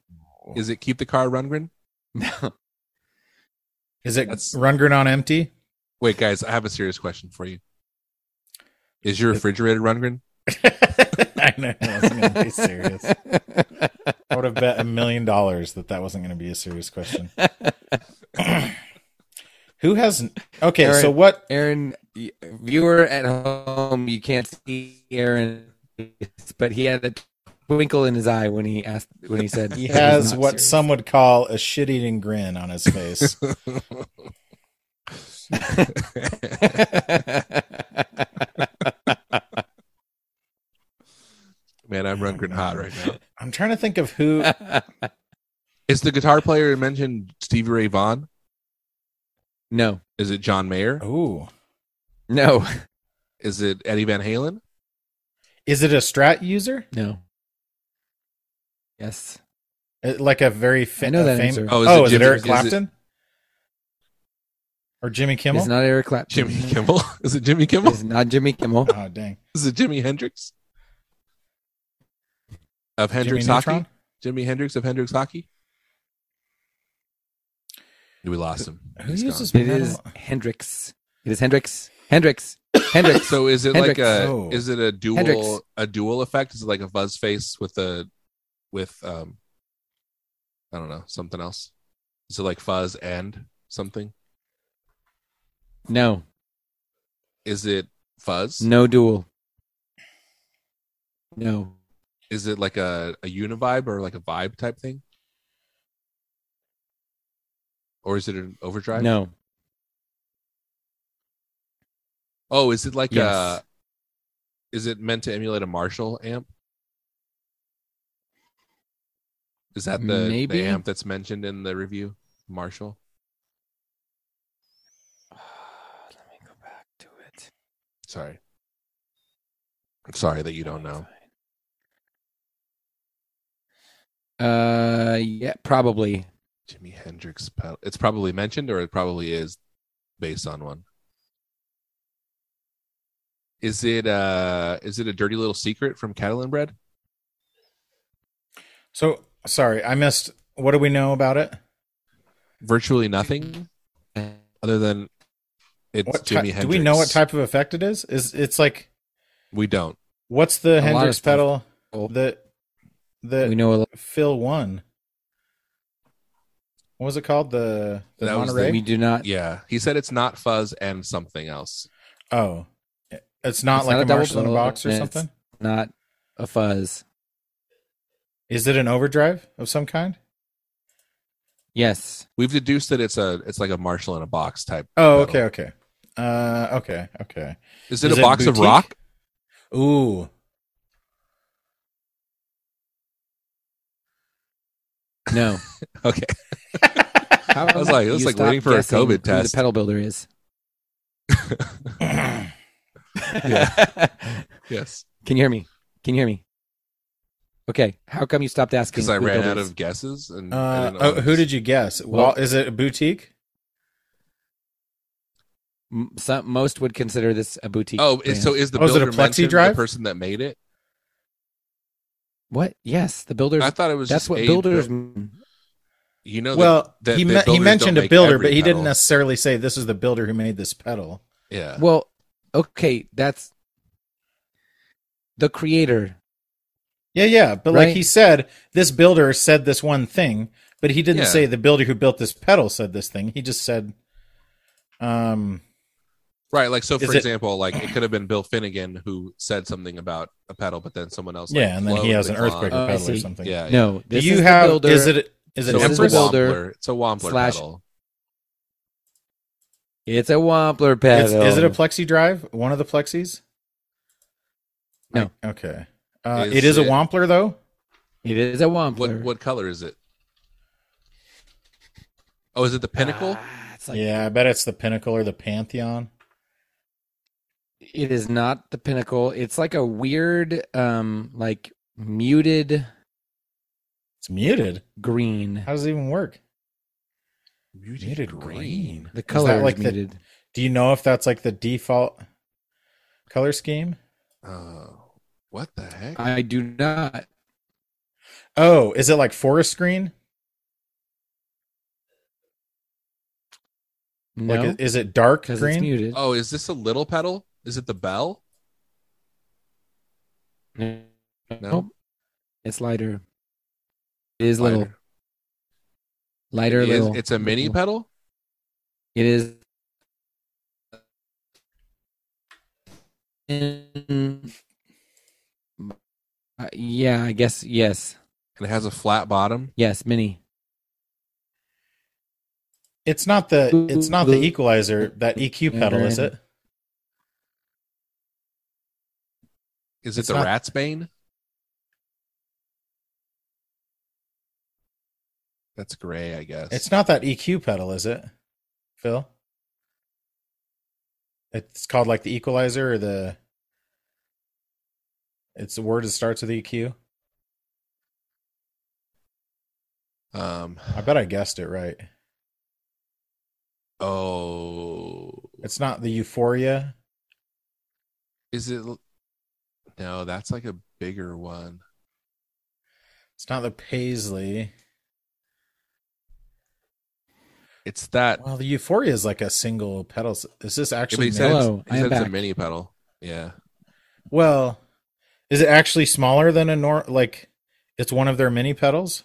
[SPEAKER 1] Is it keep the car Rundgren?
[SPEAKER 2] No.
[SPEAKER 3] Is it
[SPEAKER 1] That's-
[SPEAKER 3] Rundgren on empty?
[SPEAKER 1] Wait, guys, I have a serious question for you. Is your refrigerator Rundgren?
[SPEAKER 3] I know it wasn't going to be serious. I would have bet a million dollars that that wasn't going to be a serious question. Who hasn't? Okay,
[SPEAKER 2] All right.
[SPEAKER 3] so what?
[SPEAKER 2] Aaron, y- viewer at home, you can't see Aaron, but he had a twinkle in his eye when he asked when he said
[SPEAKER 3] He
[SPEAKER 2] it was
[SPEAKER 3] has
[SPEAKER 2] not
[SPEAKER 3] what
[SPEAKER 2] serious.
[SPEAKER 3] some would call a shit-eating grin on his face.
[SPEAKER 1] <laughs> Man, I'm Rundgren hot right now.
[SPEAKER 3] I'm trying to think of who.
[SPEAKER 1] Is the guitar player mentioned Stevie Ray Vaughan?
[SPEAKER 2] <laughs> no,
[SPEAKER 1] Is it John Mayer?
[SPEAKER 3] Ooh,
[SPEAKER 2] no,
[SPEAKER 1] Is it Eddie Van Halen?
[SPEAKER 3] is it a Strat user?
[SPEAKER 2] no. Yes.
[SPEAKER 3] Uh, Like a very fa-
[SPEAKER 2] I know
[SPEAKER 3] a
[SPEAKER 2] that
[SPEAKER 3] fame-
[SPEAKER 2] answer.
[SPEAKER 1] Oh,
[SPEAKER 3] Oh,
[SPEAKER 1] is
[SPEAKER 3] is,
[SPEAKER 1] it
[SPEAKER 3] it,
[SPEAKER 1] Jimmy-
[SPEAKER 3] Eric
[SPEAKER 1] is it-
[SPEAKER 3] Clapton? or Jimmy Kimmel?
[SPEAKER 2] It's not Eric Clapton.
[SPEAKER 1] Jimmy Kimmel? <laughs> Is it Jimmy Kimmel?
[SPEAKER 2] It's not Jimmy Kimmel.
[SPEAKER 3] oh, dang.
[SPEAKER 1] Is it Jimi Hendrix? Of Hendrix
[SPEAKER 3] Jimmy
[SPEAKER 1] Hockey?
[SPEAKER 3] Neutron?
[SPEAKER 1] Jimi Hendrix of Hendrix Hockey? We lost him.
[SPEAKER 3] Who
[SPEAKER 1] He's
[SPEAKER 3] uses
[SPEAKER 1] gone.
[SPEAKER 2] It is Hendrix. It is Hendrix. Hendrix. Hendrix.
[SPEAKER 1] So is it like
[SPEAKER 2] Hendrix.
[SPEAKER 1] a
[SPEAKER 3] Oh.
[SPEAKER 1] is it a dual
[SPEAKER 2] Hendrix.
[SPEAKER 1] a dual effect? Is it like a fuzz face with a with um I don't know, something else? Is it like fuzz and something?
[SPEAKER 2] no,
[SPEAKER 1] Is it fuzz?
[SPEAKER 2] no duel. No.
[SPEAKER 1] Is it like a, a univibe or like a vibe type thing? Or is it an overdrive?
[SPEAKER 2] No.
[SPEAKER 1] Oh, is it like
[SPEAKER 2] Yes.
[SPEAKER 1] a? Is it meant to emulate a Marshall amp? Is that the,
[SPEAKER 2] Maybe.
[SPEAKER 1] the amp that's mentioned in the review? Marshall.
[SPEAKER 2] Let me go back to it.
[SPEAKER 1] Sorry. I'm sorry that you don't know.
[SPEAKER 2] Uh, yeah, probably.
[SPEAKER 1] Jimi Hendrix pedal. It's probably mentioned, or it probably is based on one. Is it uh is it a dirty little secret from Catalan Bread?
[SPEAKER 3] So sorry, I missed. What do we know about it?
[SPEAKER 1] Virtually nothing other than it's
[SPEAKER 3] What
[SPEAKER 1] Jimi
[SPEAKER 3] ti-
[SPEAKER 1] Hendrix.
[SPEAKER 3] do we know what type of effect it is? Is it's like
[SPEAKER 1] We don't.
[SPEAKER 3] what's the
[SPEAKER 2] lot
[SPEAKER 3] Hendrix
[SPEAKER 2] of stuff.
[SPEAKER 3] pedal
[SPEAKER 2] Oh.
[SPEAKER 3] that
[SPEAKER 2] We
[SPEAKER 3] that
[SPEAKER 2] know a lot.
[SPEAKER 3] Phil won? What was it called? The the
[SPEAKER 1] That was the-
[SPEAKER 3] Monterey.
[SPEAKER 2] We do not.
[SPEAKER 1] Yeah, he said it's not fuzz and something else.
[SPEAKER 3] oh, it's not
[SPEAKER 2] It's
[SPEAKER 3] like
[SPEAKER 2] not a
[SPEAKER 3] a
[SPEAKER 2] double
[SPEAKER 3] Marshall in a
[SPEAKER 2] pedal,
[SPEAKER 3] box or
[SPEAKER 2] it's-
[SPEAKER 3] something.
[SPEAKER 2] Not a fuzz.
[SPEAKER 3] Is it an overdrive of some kind?
[SPEAKER 2] Yes.
[SPEAKER 1] We've deduced that it's a it's like a Marshall in a box type.
[SPEAKER 3] Oh,
[SPEAKER 1] pedal.
[SPEAKER 3] okay, okay, uh, okay, okay.
[SPEAKER 1] Is it
[SPEAKER 3] Is
[SPEAKER 1] a
[SPEAKER 3] it
[SPEAKER 1] box of
[SPEAKER 3] boutique? <laughs>
[SPEAKER 1] rock?
[SPEAKER 3] Ooh,
[SPEAKER 2] No.
[SPEAKER 1] Okay,
[SPEAKER 2] How
[SPEAKER 1] I was like- it was
[SPEAKER 2] you
[SPEAKER 1] like
[SPEAKER 2] stop
[SPEAKER 1] waiting for a
[SPEAKER 2] guessing
[SPEAKER 1] COVID
[SPEAKER 2] who
[SPEAKER 1] test.
[SPEAKER 2] The pedal builder
[SPEAKER 1] <laughs>
[SPEAKER 2] is.
[SPEAKER 1] yes,
[SPEAKER 2] <laughs> Can you hear me? Can you hear me? Okay. How come you stopped asking?
[SPEAKER 1] because I
[SPEAKER 2] who the
[SPEAKER 1] ran
[SPEAKER 2] builder
[SPEAKER 1] out
[SPEAKER 2] is?
[SPEAKER 1] of guesses and I
[SPEAKER 3] uh,
[SPEAKER 1] didn't know
[SPEAKER 3] oh,
[SPEAKER 1] what
[SPEAKER 3] who
[SPEAKER 1] it
[SPEAKER 3] did you guess?
[SPEAKER 2] Well-
[SPEAKER 3] Well, is it a boutique?
[SPEAKER 2] M- some, most would consider this a
[SPEAKER 1] was.
[SPEAKER 2] boutique.
[SPEAKER 1] Oh,
[SPEAKER 2] brand.
[SPEAKER 1] is- so is the
[SPEAKER 3] Oh, is it a
[SPEAKER 1] builder
[SPEAKER 3] plexi
[SPEAKER 1] mentioned
[SPEAKER 3] drive?
[SPEAKER 1] the person that made it?
[SPEAKER 2] what? Yes, the builders.
[SPEAKER 1] I thought it was
[SPEAKER 2] That's
[SPEAKER 1] just
[SPEAKER 2] what
[SPEAKER 1] a
[SPEAKER 2] builders.
[SPEAKER 1] buil-
[SPEAKER 2] mean.
[SPEAKER 1] You know,
[SPEAKER 3] well,
[SPEAKER 1] that-
[SPEAKER 3] he
[SPEAKER 1] that
[SPEAKER 3] me- he
[SPEAKER 1] builders
[SPEAKER 3] mentioned
[SPEAKER 1] don't
[SPEAKER 3] a
[SPEAKER 1] make
[SPEAKER 3] builder,
[SPEAKER 1] every
[SPEAKER 3] but he
[SPEAKER 1] pedal.
[SPEAKER 3] didn't necessarily say this is the builder who made this pedal.
[SPEAKER 1] that, yeah,
[SPEAKER 2] Well, okay, that's the creator.
[SPEAKER 3] Yeah, yeah, but
[SPEAKER 2] Right.
[SPEAKER 3] like he said, this builder said this one thing, but he didn't
[SPEAKER 1] Yeah.
[SPEAKER 3] say the builder who built this pedal said this thing. He just said, um,
[SPEAKER 1] right. Like so,
[SPEAKER 3] is
[SPEAKER 1] for
[SPEAKER 3] it-
[SPEAKER 1] example, like it could have been Bill Finnegan who said something about a pedal, but then someone else. Like,
[SPEAKER 3] yeah, and then he
[SPEAKER 1] blowed
[SPEAKER 3] has
[SPEAKER 1] the
[SPEAKER 3] an earthququake
[SPEAKER 1] gong.
[SPEAKER 2] Oh, I
[SPEAKER 3] pedal or
[SPEAKER 2] see.
[SPEAKER 3] something.
[SPEAKER 1] yeah, yeah.
[SPEAKER 2] No,
[SPEAKER 3] Do
[SPEAKER 2] this
[SPEAKER 3] you
[SPEAKER 2] is the
[SPEAKER 3] have?
[SPEAKER 2] builder.
[SPEAKER 3] Is it is it
[SPEAKER 1] So it's a
[SPEAKER 3] Empress?
[SPEAKER 2] builder.
[SPEAKER 1] Wampler. It's a Wampler
[SPEAKER 2] slash-
[SPEAKER 1] pedal.
[SPEAKER 2] It's a Wampler
[SPEAKER 3] It's-
[SPEAKER 2] pedal.
[SPEAKER 3] is it a plexi drive? One of the plexis?
[SPEAKER 2] No.
[SPEAKER 3] I- okay. Uh,
[SPEAKER 1] Is
[SPEAKER 3] it is a
[SPEAKER 1] it-
[SPEAKER 3] Wampler though.
[SPEAKER 2] It is a Wampler.
[SPEAKER 1] What what color is it? Oh, is it the pinnacle?
[SPEAKER 2] Ah, it's like
[SPEAKER 3] yeah, I bet it's the Pinnacle or the Pantheon.
[SPEAKER 2] It is not the pinnacle. It's like a weird, um, like muted
[SPEAKER 3] It's muted.
[SPEAKER 2] green.
[SPEAKER 3] How does it even work?
[SPEAKER 1] Muted,
[SPEAKER 2] The
[SPEAKER 3] Is
[SPEAKER 2] color
[SPEAKER 3] that
[SPEAKER 2] is,
[SPEAKER 3] like the-
[SPEAKER 2] muted.
[SPEAKER 3] Do you know if that's like the default color scheme?
[SPEAKER 1] Uh, what the heck?
[SPEAKER 2] I do not.
[SPEAKER 3] Oh, is it like forest green?
[SPEAKER 2] No,
[SPEAKER 3] Like, is it dark
[SPEAKER 2] because it's
[SPEAKER 3] green?
[SPEAKER 2] muted.
[SPEAKER 1] oh, is this a little pedal? Is it the bell?
[SPEAKER 2] No. It's lighter. It is little
[SPEAKER 1] Lighter.
[SPEAKER 2] lighter.
[SPEAKER 1] It is-
[SPEAKER 2] little.
[SPEAKER 1] it's a mini
[SPEAKER 2] Little.
[SPEAKER 1] pedal.
[SPEAKER 2] It is. Mm. Uh, yeah, I guess yes,
[SPEAKER 1] and it has a flat bottom.
[SPEAKER 2] yes, mini.
[SPEAKER 3] It's not the it's not the equalizer that EQ pedal, is it?
[SPEAKER 1] Is it
[SPEAKER 3] It's
[SPEAKER 1] the
[SPEAKER 3] not-
[SPEAKER 1] rat's bane? That's gray, I guess.
[SPEAKER 3] It's not that EQ pedal, is it, Phil? It's called like the equalizer or the. It's a word that starts with E EQ.
[SPEAKER 1] Um.
[SPEAKER 3] I bet I guessed it right.
[SPEAKER 1] Oh,
[SPEAKER 3] It's not the euphoria.
[SPEAKER 1] is it? No, that's like a bigger one.
[SPEAKER 3] It's not the paisley.
[SPEAKER 1] It's that.
[SPEAKER 3] Well, the euphoria is like a single pedal. s- Is this
[SPEAKER 1] Actually,
[SPEAKER 3] actually?
[SPEAKER 1] he said,
[SPEAKER 3] made-
[SPEAKER 1] it's-
[SPEAKER 2] Hello,
[SPEAKER 1] he
[SPEAKER 2] I
[SPEAKER 1] said
[SPEAKER 2] am
[SPEAKER 1] it's a
[SPEAKER 2] back.
[SPEAKER 1] mini pedal. Yeah.
[SPEAKER 3] Well, is it actually smaller than a nor like? It's one of their mini pedals,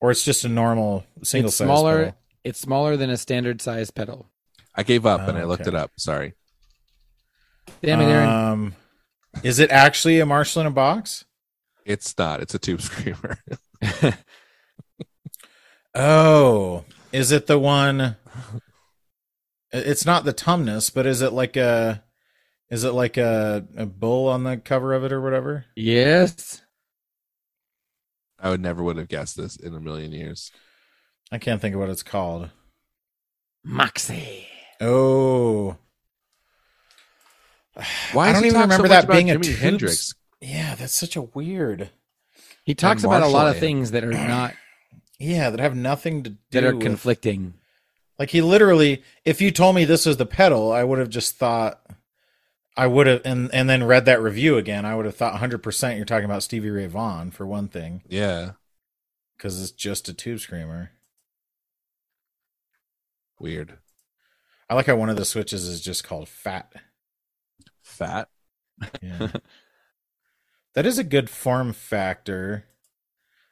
[SPEAKER 3] or it's just a normal single
[SPEAKER 2] It's
[SPEAKER 3] size
[SPEAKER 2] smaller.
[SPEAKER 3] pedal?
[SPEAKER 2] It's smaller than a standard size pedal.
[SPEAKER 1] I gave up and
[SPEAKER 3] Oh,
[SPEAKER 1] I looked it
[SPEAKER 3] okay.
[SPEAKER 1] up. Sorry.
[SPEAKER 2] Damn it, Aaron!
[SPEAKER 3] Um, is it actually a Marshall in a box?
[SPEAKER 1] It's not. It's a tube <laughs> screamer.
[SPEAKER 3] Oh, is it the one? i- It's not the Tumnus, but is it like a? Is it like a, a bull on the cover of it or whatever?
[SPEAKER 2] yes,
[SPEAKER 1] I would never would have guessed this in a million years.
[SPEAKER 3] I can't think of what it's called.
[SPEAKER 2] Moxie.
[SPEAKER 3] Oh,
[SPEAKER 1] Why
[SPEAKER 3] I
[SPEAKER 1] does
[SPEAKER 3] don't
[SPEAKER 1] he talk
[SPEAKER 3] even
[SPEAKER 1] so
[SPEAKER 3] remember
[SPEAKER 1] much
[SPEAKER 3] that
[SPEAKER 1] about
[SPEAKER 3] being a
[SPEAKER 1] Jimi
[SPEAKER 3] tube
[SPEAKER 1] Hendrix?
[SPEAKER 3] yeah, that's such a weird.
[SPEAKER 2] He talks about a lot
[SPEAKER 1] Marshall
[SPEAKER 2] of things that are not
[SPEAKER 3] Yeah, that have nothing to do.
[SPEAKER 2] that are
[SPEAKER 3] with-
[SPEAKER 2] conflicting.
[SPEAKER 3] Like he literally, if you told me this was the pedal, I would have just thought, I would have, and and then read that review again. I would have thought 100 percent you're talking about Stevie Ray Vaughan for one thing,
[SPEAKER 1] Yeah.
[SPEAKER 3] because it's just a tube screamer.
[SPEAKER 1] Weird.
[SPEAKER 3] I like how one of the switches is just called fat.
[SPEAKER 1] Fat.
[SPEAKER 3] Yeah.
[SPEAKER 2] <laughs>
[SPEAKER 3] that is a good form factor.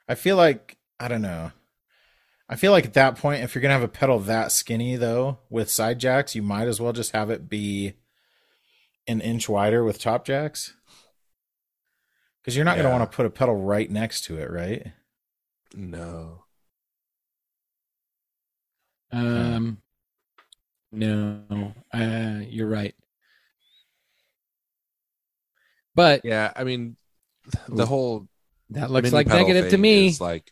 [SPEAKER 3] I feel like I don't know. I feel like at that point, if you're gonna have a pedal that skinny though with side jacks, you might as well just have it be an inch wider with top jacks. Because you're not
[SPEAKER 1] Yeah.
[SPEAKER 3] gonna want to put a pedal right next to it, right?
[SPEAKER 1] No.
[SPEAKER 2] Um, no, uh, you're right. But
[SPEAKER 1] Yeah. I mean, the
[SPEAKER 2] Ooh.
[SPEAKER 1] whole
[SPEAKER 2] that looks
[SPEAKER 1] mini
[SPEAKER 2] like
[SPEAKER 1] pedal
[SPEAKER 2] negative to
[SPEAKER 1] thing
[SPEAKER 2] me.
[SPEAKER 1] is, like,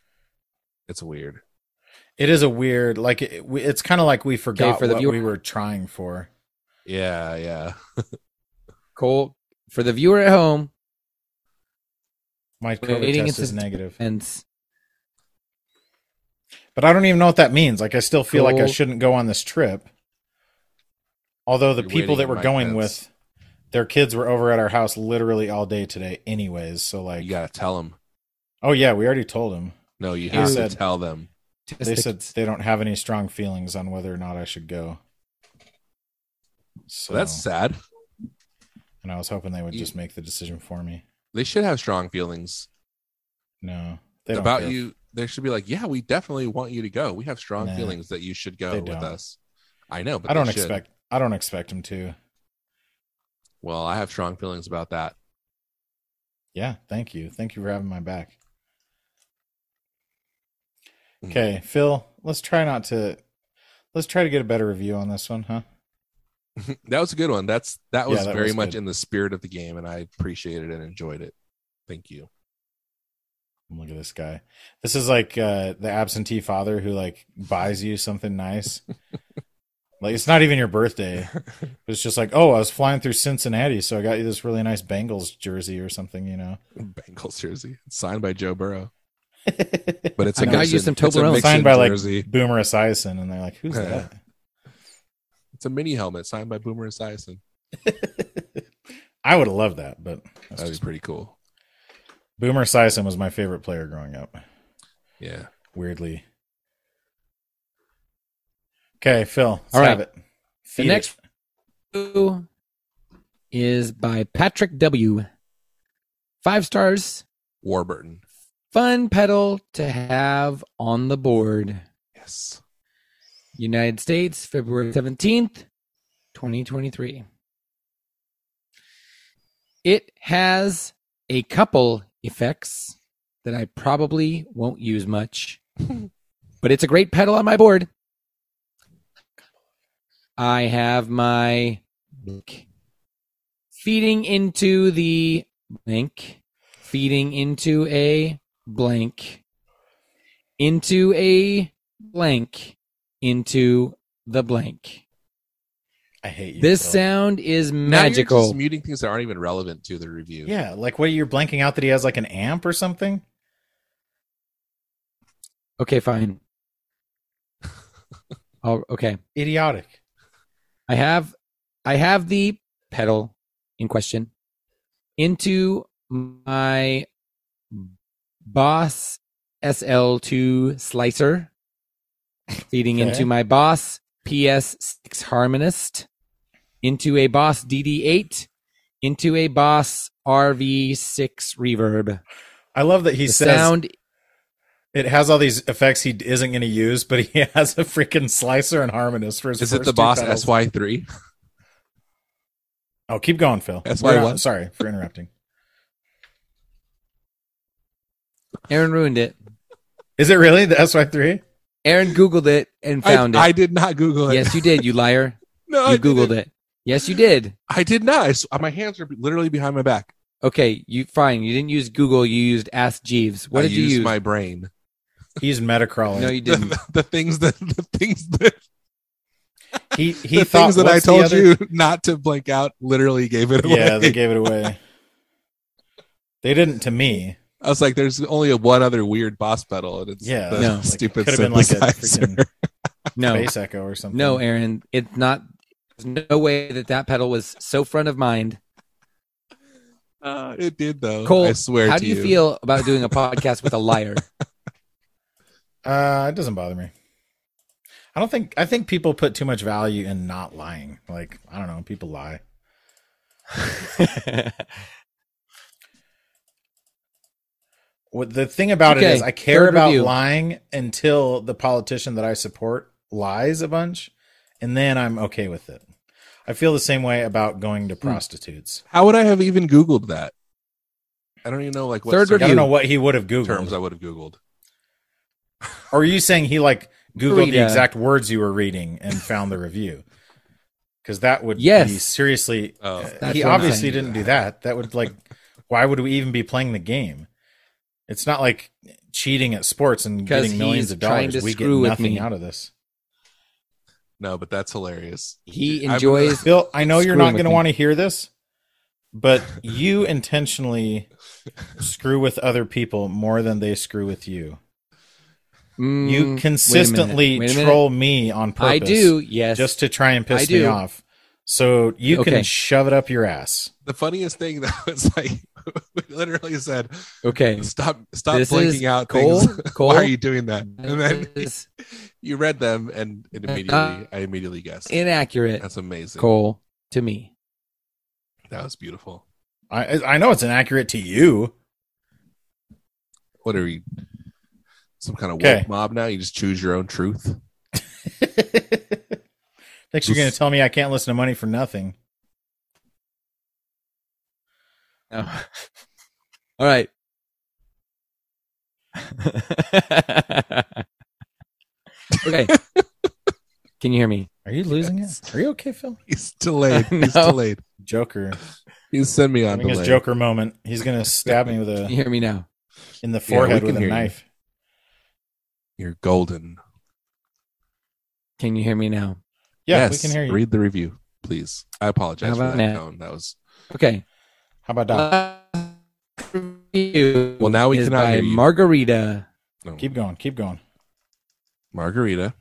[SPEAKER 1] it's weird.
[SPEAKER 3] It is a weird, like it, we- it's kind of like we forgot
[SPEAKER 2] for the
[SPEAKER 3] what
[SPEAKER 2] viewer-
[SPEAKER 3] we were trying for.
[SPEAKER 1] Yeah. Yeah.
[SPEAKER 2] Cole, for the viewer at home,
[SPEAKER 3] My
[SPEAKER 2] We're
[SPEAKER 3] COVID
[SPEAKER 2] waiting
[SPEAKER 3] test is
[SPEAKER 2] until-
[SPEAKER 3] negative,
[SPEAKER 2] and
[SPEAKER 3] but I don't even know what that means. Like I still feel like I
[SPEAKER 2] Cool.
[SPEAKER 3] shouldn't go on this trip. Although the
[SPEAKER 1] You're
[SPEAKER 3] people
[SPEAKER 1] waiting
[SPEAKER 3] that
[SPEAKER 1] in
[SPEAKER 3] were
[SPEAKER 1] my
[SPEAKER 3] going
[SPEAKER 1] pants.
[SPEAKER 3] with their kids were over at our house literally all day today anyways, so like
[SPEAKER 1] You gotta tell them.
[SPEAKER 3] Oh yeah, we already told them.
[SPEAKER 1] No, you
[SPEAKER 2] They
[SPEAKER 1] have
[SPEAKER 3] said-
[SPEAKER 1] to tell them.
[SPEAKER 3] They said they don't have any strong feelings on whether or not I should go. So
[SPEAKER 1] So that's sad.
[SPEAKER 3] and I was hoping they would
[SPEAKER 1] You-
[SPEAKER 3] just make the decision for me.
[SPEAKER 1] They should have strong feelings
[SPEAKER 3] No. They don't
[SPEAKER 1] about
[SPEAKER 3] care.
[SPEAKER 1] you. They should be like, yeah, we definitely want you to go. We have strong
[SPEAKER 3] Nah.
[SPEAKER 1] feelings that you should go
[SPEAKER 3] They
[SPEAKER 1] with
[SPEAKER 3] don't.
[SPEAKER 1] us. I know, but
[SPEAKER 3] I
[SPEAKER 1] they
[SPEAKER 3] don't
[SPEAKER 1] should.
[SPEAKER 3] expect I don't expect them to.
[SPEAKER 1] Well, I have strong feelings about that. <laughs>
[SPEAKER 3] Yeah, thank you. Thank you for having my back.
[SPEAKER 1] Mm.
[SPEAKER 3] Okay, Phil, let's try not to let's try to get a better review on this one, huh?
[SPEAKER 1] That was a good one. That's that
[SPEAKER 3] Yeah,
[SPEAKER 1] was
[SPEAKER 3] that
[SPEAKER 1] very
[SPEAKER 3] was
[SPEAKER 1] much
[SPEAKER 3] good.
[SPEAKER 1] in the spirit of the game, and I appreciated and enjoyed it. Thank you. <laughs>
[SPEAKER 3] Look at this guy.
[SPEAKER 1] <laughs>
[SPEAKER 3] This is like uh, the absentee father who like buys you something nice, Like it's not even your birthday. But it's just like, oh, I was flying through Cincinnati, so I got you this really nice Bengals jersey or something, you know.
[SPEAKER 1] Bengals jersey signed by Joe Burrow, but it's
[SPEAKER 2] I
[SPEAKER 1] a
[SPEAKER 2] gotta
[SPEAKER 1] Mixon-
[SPEAKER 2] use some
[SPEAKER 1] it's a
[SPEAKER 2] Toblerone.
[SPEAKER 1] Mixon
[SPEAKER 3] <laughs> Signed by, like,
[SPEAKER 1] jersey.
[SPEAKER 3] Boomer Esiason, and they're like,
[SPEAKER 1] <laughs>
[SPEAKER 3] who's that?
[SPEAKER 1] It's a mini helmet signed by Boomer Esiason.
[SPEAKER 3] I would have loved that, but that's
[SPEAKER 1] That'd be
[SPEAKER 3] just,
[SPEAKER 1] pretty cool.
[SPEAKER 3] Boomer Esiason was my favorite player growing up.
[SPEAKER 1] Yeah.
[SPEAKER 3] Weirdly. Okay, Phil. Let's
[SPEAKER 2] All right.
[SPEAKER 3] Have it. Feed it.
[SPEAKER 2] next- Who is by Patrick W. Five stars.
[SPEAKER 1] Warburton.
[SPEAKER 2] Fun pedal to have on the board.
[SPEAKER 1] Yes.
[SPEAKER 2] United States, February 17th, 2023. It has a couple effects that I probably won't use much, but it's a great pedal on my board. I have my blank feeding into the blank, feeding into a blank, into a blank into the blank.
[SPEAKER 3] I hate you.
[SPEAKER 2] This
[SPEAKER 3] Phil.
[SPEAKER 2] sound is
[SPEAKER 1] Now you're
[SPEAKER 2] magical.
[SPEAKER 1] just muting things that aren't even relevant to the review.
[SPEAKER 3] Yeah, like what you're blanking out that he has like an amp or something?
[SPEAKER 1] <laughs>
[SPEAKER 2] Okay, fine. oh, okay.
[SPEAKER 3] Idiotic.
[SPEAKER 2] I have, I have the pedal in question into my Boss SL2 slicer, feeding
[SPEAKER 3] Okay.
[SPEAKER 2] into my Boss PS6 harmonist, into a Boss DD8, into a Boss RV6 reverb.
[SPEAKER 3] I love that he
[SPEAKER 2] the
[SPEAKER 3] says
[SPEAKER 2] sound
[SPEAKER 3] it has all these effects he isn't going to use, but he <laughs> has a freaking slicer and harmonist for his
[SPEAKER 1] Is
[SPEAKER 3] first
[SPEAKER 1] it the
[SPEAKER 3] two
[SPEAKER 1] boss
[SPEAKER 3] pedals.
[SPEAKER 1] SY3?
[SPEAKER 3] Oh, keep going, Phil.
[SPEAKER 1] SY1?
[SPEAKER 3] We're not- Sorry for interrupting.
[SPEAKER 2] Aaron ruined it.
[SPEAKER 3] Is it really the SY3?
[SPEAKER 2] Aaron Googled it and
[SPEAKER 1] I,
[SPEAKER 2] found
[SPEAKER 1] I
[SPEAKER 2] it.
[SPEAKER 1] did not Google it.
[SPEAKER 2] yes, you did, you liar.
[SPEAKER 1] no, <laughs> I
[SPEAKER 2] You Googled
[SPEAKER 1] didn't.
[SPEAKER 2] it. Yes, you did.
[SPEAKER 1] I did not. I s- my hands are literally behind my back.
[SPEAKER 2] Okay, you fine. You didn't use Google. You used Ask Jeeves. What
[SPEAKER 1] I
[SPEAKER 2] did you
[SPEAKER 1] used
[SPEAKER 2] use?
[SPEAKER 1] my brain.
[SPEAKER 3] He's metacrawling.
[SPEAKER 2] no,
[SPEAKER 1] <laughs>
[SPEAKER 2] you
[SPEAKER 1] The,
[SPEAKER 2] didn't.
[SPEAKER 1] the things that the things that
[SPEAKER 3] he
[SPEAKER 1] <laughs>
[SPEAKER 3] he
[SPEAKER 1] the
[SPEAKER 3] thought
[SPEAKER 1] things that I
[SPEAKER 3] what's the
[SPEAKER 1] told
[SPEAKER 3] other-
[SPEAKER 1] you <laughs> not to blank out literally gave
[SPEAKER 2] <laughs>
[SPEAKER 1] it away.
[SPEAKER 3] Yeah, they gave it away. they didn't to me.
[SPEAKER 1] I was like, "There's only one other weird boss pedal, and it's
[SPEAKER 3] Yeah,
[SPEAKER 1] the
[SPEAKER 2] No.
[SPEAKER 3] like,
[SPEAKER 1] stupid
[SPEAKER 3] could've been like a
[SPEAKER 1] synthesizer." <laughs>
[SPEAKER 3] freaking
[SPEAKER 2] No,
[SPEAKER 3] Space Echo or something.
[SPEAKER 2] no, Aaron. It's not. There's no way that that pedal was so front of mind.
[SPEAKER 1] Uh, it did though.
[SPEAKER 2] Cole,
[SPEAKER 1] I swear
[SPEAKER 2] How
[SPEAKER 1] to
[SPEAKER 2] do you, feel about doing a podcast with
[SPEAKER 1] <laughs>
[SPEAKER 2] a liar?
[SPEAKER 3] Uh, it doesn't bother me. I don't think I think people put too much value in not lying. Like I don't know, people
[SPEAKER 2] <laughs>
[SPEAKER 3] lie. What the thing about it
[SPEAKER 2] Okay,
[SPEAKER 3] is, I care
[SPEAKER 2] third
[SPEAKER 3] about
[SPEAKER 2] review.
[SPEAKER 3] lying until the politician that I support lies a bunch, and then I'm okay with it. I feel the same way about going
[SPEAKER 2] Hmm.
[SPEAKER 3] to prostitutes.
[SPEAKER 1] How would I have even Googled that? I don't even know like what
[SPEAKER 2] Third
[SPEAKER 1] search
[SPEAKER 3] I
[SPEAKER 2] review.
[SPEAKER 3] don't know what he would have googled.
[SPEAKER 1] terms I would have Googled.
[SPEAKER 3] Or are you saying he like googled the
[SPEAKER 2] Burrito.
[SPEAKER 3] exact words you were reading and found the review? Because that would
[SPEAKER 2] Yes.
[SPEAKER 3] be seriously.
[SPEAKER 1] Oh.
[SPEAKER 3] uh,
[SPEAKER 2] That's
[SPEAKER 3] he
[SPEAKER 2] what I'm
[SPEAKER 3] obviously
[SPEAKER 2] saying.
[SPEAKER 3] didn't do that. That would like, why would we even be playing the game? It's not like cheating at sports and
[SPEAKER 2] 'Cause
[SPEAKER 3] getting millions
[SPEAKER 2] he's
[SPEAKER 3] of
[SPEAKER 2] trying
[SPEAKER 3] dollars.
[SPEAKER 2] to
[SPEAKER 3] We get
[SPEAKER 2] screw with
[SPEAKER 3] nothing
[SPEAKER 2] me.
[SPEAKER 3] out of this.
[SPEAKER 1] No, but that's hilarious.
[SPEAKER 2] He
[SPEAKER 1] I'm-
[SPEAKER 2] enjoys.
[SPEAKER 3] Phil, I know you're
[SPEAKER 2] Screwing
[SPEAKER 3] not
[SPEAKER 2] with
[SPEAKER 3] going to
[SPEAKER 2] me.
[SPEAKER 3] want to hear this, but you intentionally screw with other people more than they screw with you.
[SPEAKER 2] Mm, wait a
[SPEAKER 3] You
[SPEAKER 2] minute,
[SPEAKER 3] consistently
[SPEAKER 2] wait a minute.
[SPEAKER 3] troll me on purpose.
[SPEAKER 2] I do. Yes.
[SPEAKER 3] just to try and
[SPEAKER 2] I
[SPEAKER 3] piss
[SPEAKER 2] do.
[SPEAKER 3] me off. So you
[SPEAKER 2] Okay.
[SPEAKER 3] can shove it up your ass.
[SPEAKER 1] The funniest thing that <laughs> was like, we literally said,
[SPEAKER 2] okay.
[SPEAKER 1] "Stop, stop
[SPEAKER 2] This is
[SPEAKER 1] blinking out
[SPEAKER 2] Cole.
[SPEAKER 1] things." <laughs>
[SPEAKER 2] Cole.
[SPEAKER 1] Why are you doing that? And then
[SPEAKER 2] This is
[SPEAKER 1] <laughs> you read them, and it immediately,
[SPEAKER 2] Uh,
[SPEAKER 1] I immediately guessed.
[SPEAKER 2] inaccurate,
[SPEAKER 1] That's amazing.
[SPEAKER 2] Cole, to me.
[SPEAKER 1] That was beautiful.
[SPEAKER 3] I I know it's inaccurate to you. <laughs>
[SPEAKER 1] What are you? Some kind of
[SPEAKER 3] Okay.
[SPEAKER 1] woke mob now? You just choose your own truth. <laughs>
[SPEAKER 3] Next, you're going to tell me I can't listen to money for nothing.
[SPEAKER 1] <laughs>
[SPEAKER 2] Oh. All right. <laughs> okay. Can you hear me?
[SPEAKER 3] Are you losing it? Are you okay, Phil?
[SPEAKER 1] He's
[SPEAKER 2] <laughs>
[SPEAKER 1] delayed. He's
[SPEAKER 2] No.
[SPEAKER 1] delayed.
[SPEAKER 3] Joker,
[SPEAKER 1] He's send me on
[SPEAKER 3] having his
[SPEAKER 1] delay.
[SPEAKER 3] Joker moment. He's going to stab me with
[SPEAKER 2] Can
[SPEAKER 3] a
[SPEAKER 2] you hear me now?
[SPEAKER 3] in the
[SPEAKER 1] we
[SPEAKER 3] forehead
[SPEAKER 1] can
[SPEAKER 3] with a
[SPEAKER 1] hear you.
[SPEAKER 3] knife.
[SPEAKER 1] You're golden.
[SPEAKER 2] Can you hear me now?
[SPEAKER 3] Yeah,
[SPEAKER 1] Yes,
[SPEAKER 3] we can hear you.
[SPEAKER 1] Read the review, please. I apologize
[SPEAKER 2] How
[SPEAKER 1] for
[SPEAKER 2] about
[SPEAKER 1] that
[SPEAKER 2] now?
[SPEAKER 1] tone. That was
[SPEAKER 2] Okay.
[SPEAKER 3] How about
[SPEAKER 2] Uh,
[SPEAKER 3] Doc?
[SPEAKER 2] Last review
[SPEAKER 1] well. Now we
[SPEAKER 2] is
[SPEAKER 1] cannot
[SPEAKER 2] by
[SPEAKER 1] hear you.
[SPEAKER 2] Margarita.
[SPEAKER 1] No.
[SPEAKER 3] Keep going. Keep going.
[SPEAKER 1] Margarita.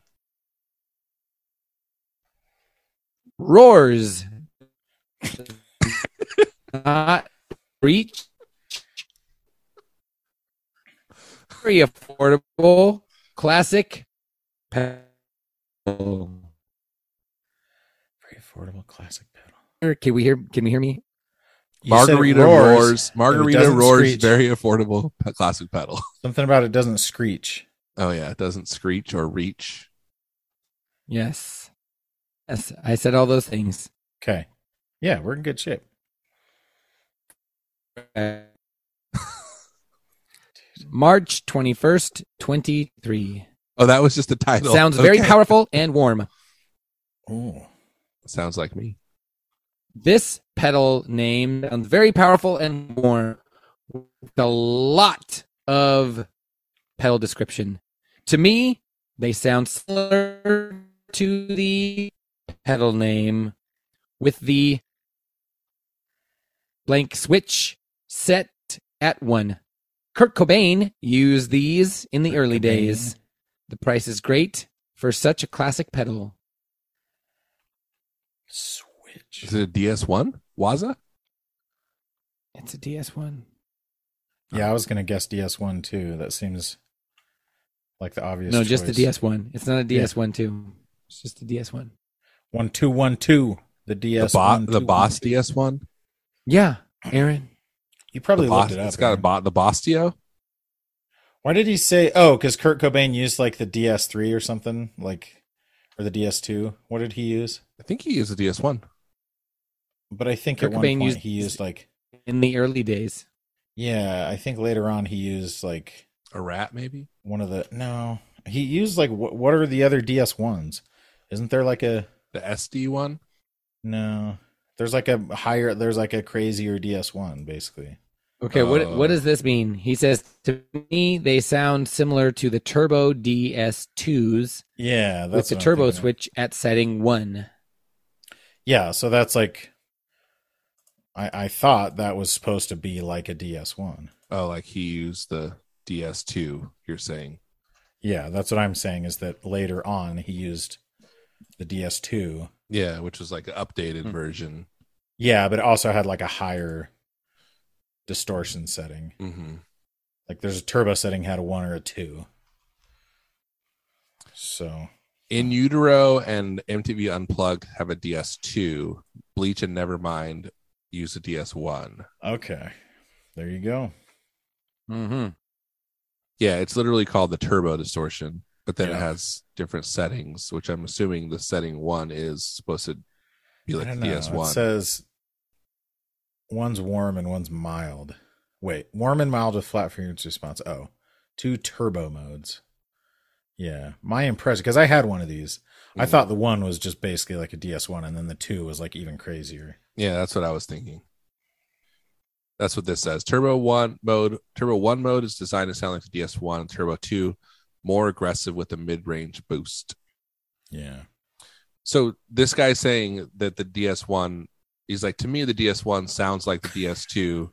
[SPEAKER 2] roars. Not reach. Very affordable, classic. pedal.
[SPEAKER 3] Very affordable classic pedal.
[SPEAKER 2] Can we hear? Can we hear me?
[SPEAKER 3] You said it
[SPEAKER 1] Margarita roars. Margarita
[SPEAKER 3] doesn't
[SPEAKER 1] roars.
[SPEAKER 3] screech.
[SPEAKER 1] Very affordable p- classic pedal. <laughs>
[SPEAKER 3] Something about it doesn't screech.
[SPEAKER 1] Oh yeah, it doesn't screech or reach.
[SPEAKER 2] Yes. Yes, I said all those things. <laughs>
[SPEAKER 3] Okay. Yeah, we're in good shape.
[SPEAKER 2] Uh, March twenty first, twenty three.
[SPEAKER 1] Oh, that was just the title.
[SPEAKER 2] Sounds very
[SPEAKER 1] Okay.
[SPEAKER 2] powerful and warm.
[SPEAKER 3] Oh.
[SPEAKER 1] Sounds like me.
[SPEAKER 2] This pedal name sounds very powerful and warm with a lot of pedal description. To me, they sound similar to the pedal name with the blank switch set at one. Kurt Cobain used these in the
[SPEAKER 3] Kurt
[SPEAKER 2] early
[SPEAKER 3] Cobain.
[SPEAKER 2] days. The price is great for such a classic pedal.
[SPEAKER 3] Switch.
[SPEAKER 1] Is it a DS1? Waza?
[SPEAKER 2] It's a DS1.
[SPEAKER 3] Yeah, I was gonna guess DS1 too. That seems like the obvious.
[SPEAKER 2] No, just the
[SPEAKER 3] choice.
[SPEAKER 2] DS1. It's not a DS1 too. It's just a DS1.
[SPEAKER 3] One two one two. The
[SPEAKER 1] The,
[SPEAKER 3] DS.
[SPEAKER 1] bo- the Boss DS1?
[SPEAKER 2] Yeah, <clears throat> Aaron.
[SPEAKER 3] You probably
[SPEAKER 1] the boss,
[SPEAKER 3] looked it up.
[SPEAKER 1] It's got a
[SPEAKER 3] Aaron.
[SPEAKER 1] bo- the Bostio.
[SPEAKER 3] Why did he say? Oh, because Kurt Cobain used like the DS3 or something, like or the DS2. What did he use?
[SPEAKER 1] I think he is a DS1.
[SPEAKER 3] But I think
[SPEAKER 2] Kurt
[SPEAKER 3] at one
[SPEAKER 2] Cobain
[SPEAKER 3] point
[SPEAKER 2] used-
[SPEAKER 3] he used like.
[SPEAKER 2] In the early days.
[SPEAKER 3] Yeah, I think later on he used like
[SPEAKER 1] A rat, maybe?
[SPEAKER 3] one of the. No, he used like what? What are the other DS1s? Isn't there like a
[SPEAKER 1] The SD one?
[SPEAKER 3] no? There's like a higher. There's like a crazier DS1 basically.
[SPEAKER 2] Okay, what what
[SPEAKER 1] Uh.
[SPEAKER 2] does this mean? He says to me they sound similar to the Turbo DS2s
[SPEAKER 3] Yeah, that's
[SPEAKER 2] with the
[SPEAKER 3] what I'm
[SPEAKER 2] turbo
[SPEAKER 3] thinking of.
[SPEAKER 2] switch at setting 1.
[SPEAKER 3] Yeah, so that's like I I thought that was supposed to be like a DS1.
[SPEAKER 1] Oh, like he used the DS2, you're saying.
[SPEAKER 3] Yeah, that's what I'm saying is that later on he used the DS2.
[SPEAKER 1] Yeah, which was like an updated
[SPEAKER 2] Hmm.
[SPEAKER 1] version.
[SPEAKER 3] Yeah, but it also had like a higher distortion setting.
[SPEAKER 1] Mm-hmm.
[SPEAKER 3] Like there's a turbo setting had a 1 or a 2. So,
[SPEAKER 1] In Utero and MTV Unplugged have a DS2. Bleach and Nevermind use a DS1.
[SPEAKER 3] okay. There you go.
[SPEAKER 2] Mm-hmm.
[SPEAKER 1] Yeah, it's literally called the turbo distortion, but then it
[SPEAKER 3] Yeah.
[SPEAKER 1] has different settings, which I'm assuming the setting one is supposed to be like
[SPEAKER 3] I
[SPEAKER 1] the
[SPEAKER 3] don't know. It
[SPEAKER 1] DS1.
[SPEAKER 3] says one's warm and one's mild. Wait, warm and mild with flat frequency response. Oh, two turbo modes. Yeah, my impression because I had one of these. I
[SPEAKER 1] Mhm.
[SPEAKER 3] thought the one was just basically like a DS1, and then the two was like even crazier.
[SPEAKER 1] Yeah, that's what I was thinking. That's what this says. Turbo one mode. Turbo one mode is designed to sound like the DS1. Turbo two, more aggressive with a mid-range boost.
[SPEAKER 3] Yeah,
[SPEAKER 1] So this guy's saying that the DS1, he's like, to me, the DS1 sounds like the DS2.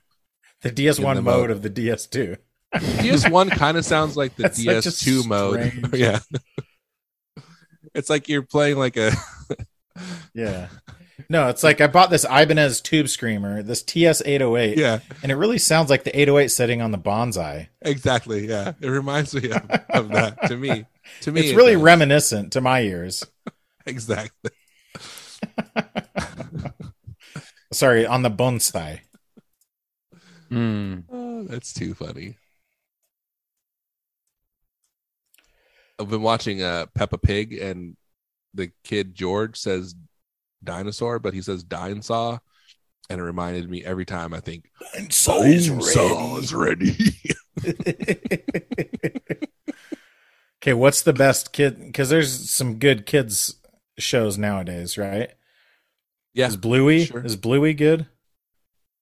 [SPEAKER 3] the DS1
[SPEAKER 1] the
[SPEAKER 3] mode,
[SPEAKER 1] mode.
[SPEAKER 3] of the DS2. <laughs>
[SPEAKER 1] DS1 kind of sounds like the
[SPEAKER 3] That's such a
[SPEAKER 1] DS2 mode. <laughs>
[SPEAKER 3] strange-
[SPEAKER 1] yeah. it's like you're playing like a <laughs>
[SPEAKER 3] Yeah, no, it's like I bought this Ibanez Tube Screamer, this TS808,
[SPEAKER 1] yeah,
[SPEAKER 3] and it really sounds like the 808 setting on the Bonsai.
[SPEAKER 1] exactly. Yeah. It reminds me of, of that to me.
[SPEAKER 3] <laughs>
[SPEAKER 1] To me
[SPEAKER 3] It's
[SPEAKER 1] it
[SPEAKER 3] really
[SPEAKER 1] does.
[SPEAKER 3] reminiscent to my ears.
[SPEAKER 1] exactly.
[SPEAKER 3] Sorry, on the Bonsai. Hmm.
[SPEAKER 1] Oh, that's too funny. I've been watching uh Peppa Pig and the kid George says dinosaur, but he says dinosaur, and it reminded me every time I think
[SPEAKER 3] And
[SPEAKER 1] "Bonesaw is <laughs> ready.
[SPEAKER 3] <laughs> okay, what's the best kid? Because there's some good kids shows nowadays, right?
[SPEAKER 1] yeah,
[SPEAKER 3] Is Bluey
[SPEAKER 1] sure.
[SPEAKER 3] is Bluey good?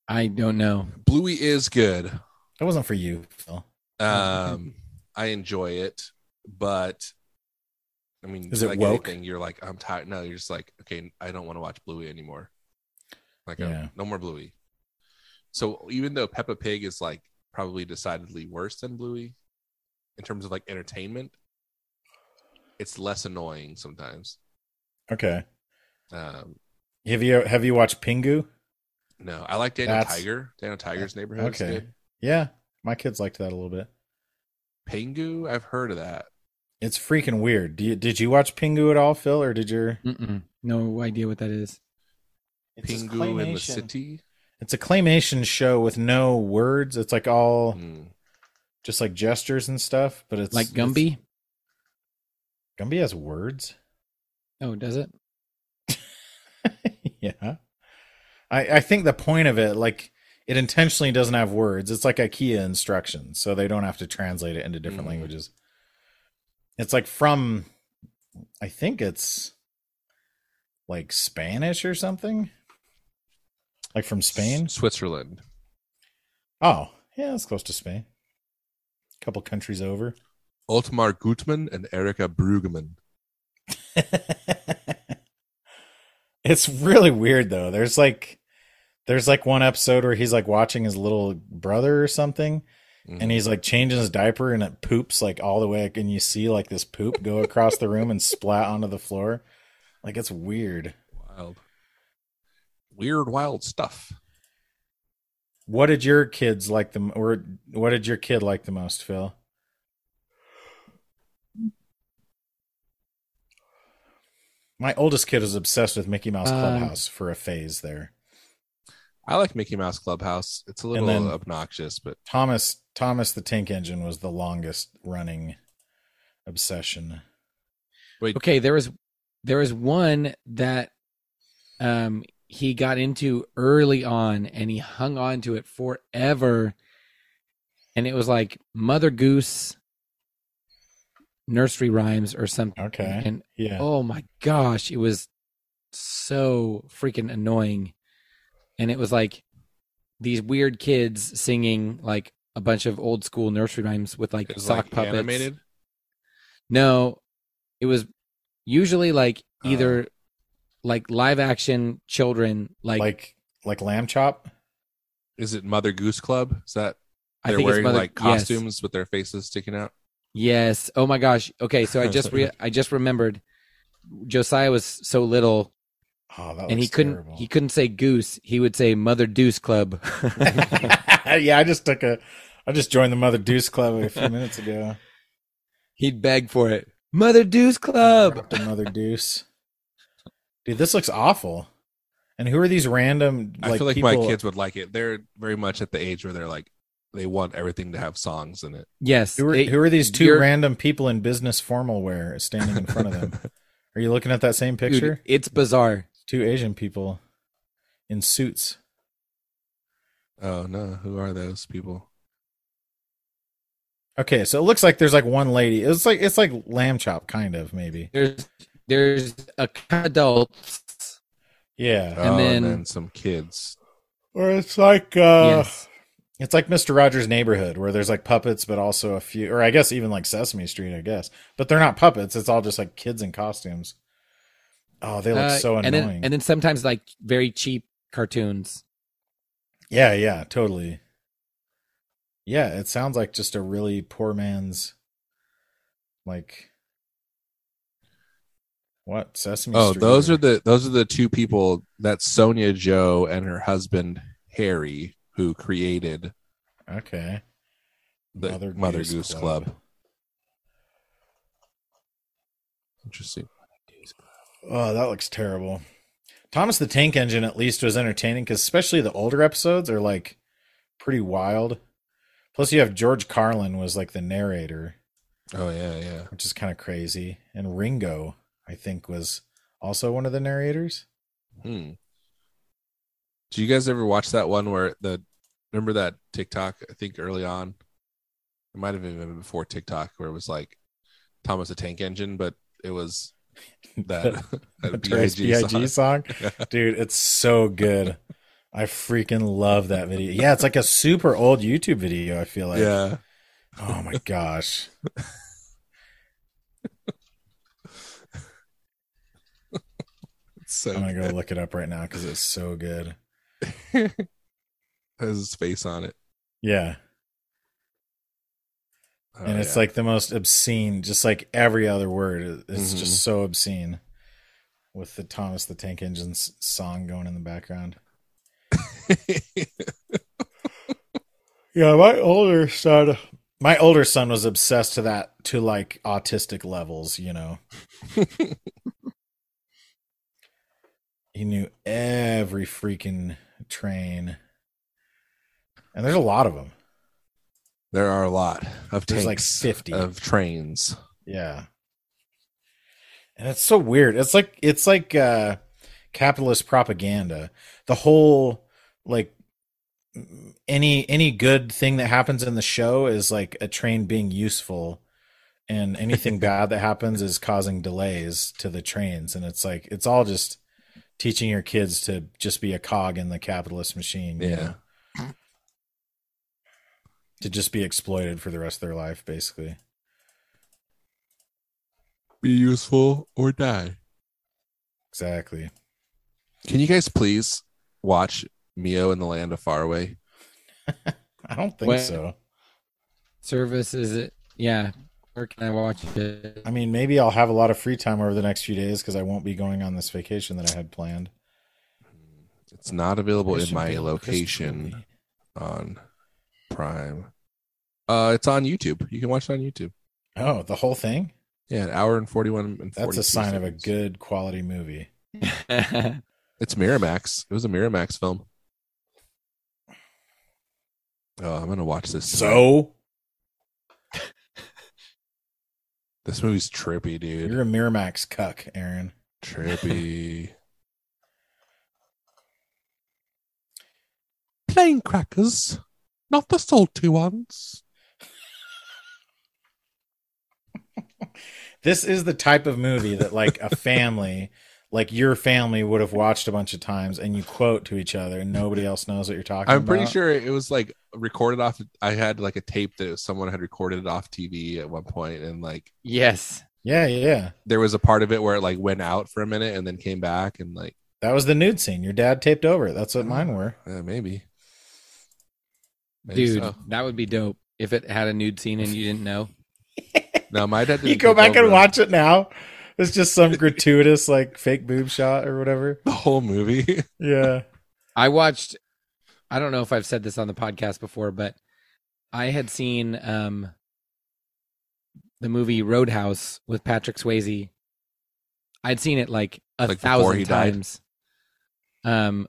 [SPEAKER 2] I don't know.
[SPEAKER 1] Bluey is good.
[SPEAKER 3] That wasn't for you, Phil.
[SPEAKER 1] Um I enjoy it, but I mean,
[SPEAKER 3] Is it
[SPEAKER 1] like
[SPEAKER 3] woke?
[SPEAKER 1] anything, you're like, I'm tired. No, you're just like, okay, I don't want to watch Bluey anymore. Like, uh,
[SPEAKER 3] Yeah.
[SPEAKER 1] no more Bluey. So even though Peppa Pig is like probably decidedly worse than Bluey in terms of like entertainment, it's less annoying sometimes.
[SPEAKER 3] Okay.
[SPEAKER 1] Um,
[SPEAKER 3] Have you have you watched Pingu?
[SPEAKER 1] no, I like Daniel
[SPEAKER 3] That's-
[SPEAKER 1] Tiger. Daniel Tiger's neighborhood.
[SPEAKER 3] okay.
[SPEAKER 1] Okay. Good.
[SPEAKER 3] Yeah, my kids liked that a little bit.
[SPEAKER 1] Pingu, I've heard of that.
[SPEAKER 3] It's freaking weird. Do you, did you watch Pingu at all, Phil, or did your
[SPEAKER 2] Mm-mm. No idea what that is.
[SPEAKER 1] Pingu in the city.
[SPEAKER 3] It's a claymation show with no words. It's like all
[SPEAKER 1] Hmm.
[SPEAKER 3] just like gestures and stuff, but it's
[SPEAKER 2] Like Gumby?
[SPEAKER 3] it's- Gumby has words. <laughs>
[SPEAKER 2] Oh, does it?
[SPEAKER 3] yeah. I I think the point of it like it intentionally doesn't have words. It's like IKEA instructions, so they don't have to translate it into different
[SPEAKER 1] Mhm.
[SPEAKER 3] languages. It's like from I think it's like Spanish or something. Like from Spain?
[SPEAKER 1] S- Switzerland.
[SPEAKER 3] Oh, yeah, it's close to Spain. A couple countries over.
[SPEAKER 1] Otmar Gutmann and Erica Brugman.
[SPEAKER 3] <laughs> it's really weird though. There's like there's like one episode where he's like watching his little brother or something and he's like changing his diaper and it poops like all the way and you see like this poop go across the room and splat onto the floor. Like it's weird.
[SPEAKER 1] Wild. Weird, wild stuff.
[SPEAKER 3] What did your kids like the m- or what did your kid like the most, Phil? My oldest kid was obsessed with Mickey Mouse
[SPEAKER 2] Um,
[SPEAKER 3] Clubhouse for a phase there.
[SPEAKER 1] I like Mickey Mouse Clubhouse. It's a little
[SPEAKER 3] then-
[SPEAKER 1] obnoxious, but
[SPEAKER 3] Thomas Thomas the Tank Engine was the longest running obsession.
[SPEAKER 1] wait,
[SPEAKER 2] Okay, there was there was one that um he got into early on and he hung on to it forever. And it was like Mother Goose nursery rhymes or something.
[SPEAKER 3] Okay.
[SPEAKER 2] And
[SPEAKER 3] Yeah.
[SPEAKER 2] oh my gosh, it was so freaking annoying. And it was like these weird kids singing like a bunch of old school nursery rhymes with like
[SPEAKER 1] it was
[SPEAKER 2] sock
[SPEAKER 1] like
[SPEAKER 2] puppets.
[SPEAKER 1] animated.
[SPEAKER 2] No, it was usually like
[SPEAKER 3] Uh.
[SPEAKER 2] either like live action children, like,
[SPEAKER 3] Like, like lamb chop?
[SPEAKER 1] Is it Mother Goose Club? Is that
[SPEAKER 2] I
[SPEAKER 1] they're
[SPEAKER 2] think it's
[SPEAKER 1] wearing
[SPEAKER 2] Mother-
[SPEAKER 1] like
[SPEAKER 2] yes.
[SPEAKER 1] costumes with their faces sticking out?
[SPEAKER 2] Yes. Oh my gosh.
[SPEAKER 3] <laughs>
[SPEAKER 2] Okay, so I just re- I just remembered Josiah was so little
[SPEAKER 3] Oh, that
[SPEAKER 2] and he
[SPEAKER 3] looks
[SPEAKER 2] couldn't
[SPEAKER 3] terrible. <laughs>
[SPEAKER 2] he couldn't say goose. He would say Mother Deuce Club. <laughs>
[SPEAKER 3] yeah, I just took a I just joined the Mother Deuce Club a
[SPEAKER 2] <laughs>
[SPEAKER 3] few minutes ago.
[SPEAKER 2] He'd beg for it. Mother Deuce Club.
[SPEAKER 3] Dropped another deuce. Dude, this looks awful. And who are these random? Like,
[SPEAKER 1] I feel like
[SPEAKER 3] people,
[SPEAKER 1] my kids would like it. They're very much at the age where they're like they want everything to have songs in it.
[SPEAKER 2] Yes.
[SPEAKER 3] Who are,
[SPEAKER 2] they-
[SPEAKER 3] who are these 2
[SPEAKER 2] you're-
[SPEAKER 3] random people in business formal wear standing in front of them?
[SPEAKER 2] <laughs>
[SPEAKER 3] are you looking at that same
[SPEAKER 2] dude,
[SPEAKER 3] picture?
[SPEAKER 2] it's bizarre.
[SPEAKER 3] Two Asian people in suits.
[SPEAKER 1] Oh no, who are those people?
[SPEAKER 3] Okay, so it looks like there's like one lady. It's like it's like lamb chop, kind of maybe.
[SPEAKER 2] There's there's a adults.
[SPEAKER 3] Yeah,
[SPEAKER 1] oh,
[SPEAKER 2] then-
[SPEAKER 1] and then some kids.
[SPEAKER 3] or it's like uh,
[SPEAKER 2] yes.
[SPEAKER 3] It's like Mr. Rogers' Neighborhood, where there's like puppets, but also a few, or I guess even like Sesame Street, I guess. But they're not puppets. It's all just like kids in costumes. Oh, they look
[SPEAKER 2] Uh,
[SPEAKER 3] so
[SPEAKER 2] and
[SPEAKER 3] annoying.
[SPEAKER 2] then and then sometimes like very cheap cartoons.
[SPEAKER 3] yeah, yeah, totally. Yeah, it sounds like just a really poor man's, like, what Sesame
[SPEAKER 1] Oh,
[SPEAKER 3] Street?
[SPEAKER 1] those
[SPEAKER 3] or-
[SPEAKER 1] are the those are the two people that's Sonia Joe and her husband Harry who created
[SPEAKER 3] okay.
[SPEAKER 1] the Mother Goose, Club. Interesting.
[SPEAKER 3] Oh, that looks terrible. Thomas the Tank Engine at least was entertaining because especially the older episodes are like pretty wild. Plus, you have George Carlin was like the narrator,
[SPEAKER 1] Oh yeah, yeah.
[SPEAKER 3] which is kind of crazy, and Ringo I think was also one of the narrators.
[SPEAKER 1] Hmm. Do you guys ever watch that one where the remember that TikTok? I think early on, it might have even been before TikTok, where it was like Thomas the Tank Engine, but it was <laughs> <laughs>
[SPEAKER 3] <laughs>
[SPEAKER 1] that,
[SPEAKER 3] The
[SPEAKER 1] that
[SPEAKER 3] Notorious
[SPEAKER 1] B.I.G. song.
[SPEAKER 3] B.I.G. song,
[SPEAKER 1] <laughs>
[SPEAKER 3] dude, it's so good. I freaking love that video. Yeah, it's like a super old YouTube video. I feel like.
[SPEAKER 1] yeah.
[SPEAKER 3] Oh my gosh.
[SPEAKER 1] so
[SPEAKER 3] I'm gonna go look it up right now because it's so good.
[SPEAKER 1] has his face on it.
[SPEAKER 3] Yeah,
[SPEAKER 1] Oh,
[SPEAKER 3] and it's
[SPEAKER 1] yeah.
[SPEAKER 3] like the most obscene. Just like every other word, it- it's
[SPEAKER 1] Mhm.
[SPEAKER 3] just so obscene. With the Thomas the Tank Engine's song going in the background. Yeah, my older son. My older son was obsessed to that to like autistic levels.
[SPEAKER 1] <laughs>
[SPEAKER 3] You know, he knew every freaking train, and there's a lot of them.
[SPEAKER 1] <laughs> there are a lot of tanks,
[SPEAKER 3] There's like 50.
[SPEAKER 1] of trains.
[SPEAKER 3] Yeah. And it's so weird. It's like it's like uh capitalist propaganda. The whole like any any good thing that happens in the show is like a train being useful and anything bad that happens is causing delays to the trains and it's like it's all just teaching your kids to just be a cog in the capitalist machine. you
[SPEAKER 1] Yeah.
[SPEAKER 3] know? To just be exploited for the rest of their life basically.
[SPEAKER 1] Be useful or die.
[SPEAKER 3] Exactly.
[SPEAKER 1] Can you guys please watch Mio in the Land of Faraway?
[SPEAKER 3] I don't think
[SPEAKER 2] When-
[SPEAKER 3] so.
[SPEAKER 2] Service is it? Yeah. Where can I watch it?
[SPEAKER 1] <laughs>
[SPEAKER 3] I mean, maybe I'll have a lot of free time over the next few days because I won't be going on this vacation that I had planned.
[SPEAKER 1] It's not available in
[SPEAKER 3] Christian
[SPEAKER 1] my
[SPEAKER 3] Bale, Chris
[SPEAKER 1] location
[SPEAKER 3] Cooley.
[SPEAKER 1] on Prime. Uh, it's on YouTube. You can watch it on YouTube.
[SPEAKER 3] Oh, the whole thing?
[SPEAKER 1] Yeah, an hour and forty-one. And
[SPEAKER 3] That's
[SPEAKER 1] 42
[SPEAKER 3] a sign of a
[SPEAKER 1] seconds.
[SPEAKER 3] good quality movie.
[SPEAKER 1] It's Miramax. It was a Miramax film. Oh, I'm gonna watch this. tonight.
[SPEAKER 3] So
[SPEAKER 1] this movie's trippy, dude.
[SPEAKER 3] you're a Miramax cuck, Aaron.
[SPEAKER 1] Trippy. <laughs> Plain crackers, not the salty ones.
[SPEAKER 3] This is the type of movie that like a family, <laughs> like your family, would have watched a bunch of times, and you quote to each other, and nobody else knows what you're talking.
[SPEAKER 1] I'm pretty
[SPEAKER 3] about.
[SPEAKER 1] sure it was like recorded off. I had like a tape that someone had recorded it off TV at one point, and like
[SPEAKER 2] yes.
[SPEAKER 3] Yeah, yeah, yeah.
[SPEAKER 1] there was a part of it where it like went out for a minute and then came back, and like
[SPEAKER 3] That was the nude scene. Your dad taped over. it. That's what mine were.
[SPEAKER 1] eh, maybe. Maybe
[SPEAKER 2] Dude,
[SPEAKER 1] so.
[SPEAKER 2] that would be dope if it had a nude scene and you didn't know.
[SPEAKER 1] no, my dad.
[SPEAKER 3] You
[SPEAKER 1] didn't
[SPEAKER 3] go
[SPEAKER 1] take
[SPEAKER 3] back
[SPEAKER 1] over
[SPEAKER 3] and watch it now. It's just
[SPEAKER 2] <laughs>
[SPEAKER 3] some gratuitous like fake boob shot or whatever.
[SPEAKER 1] the whole movie. <laughs>
[SPEAKER 3] Yeah.
[SPEAKER 2] I watched I don't know if I've said this on the podcast before, but I had seen um the movie Roadhouse with Patrick Swayze. I'd seen it like a
[SPEAKER 1] Like before he
[SPEAKER 2] thousand
[SPEAKER 1] died?
[SPEAKER 2] times. Um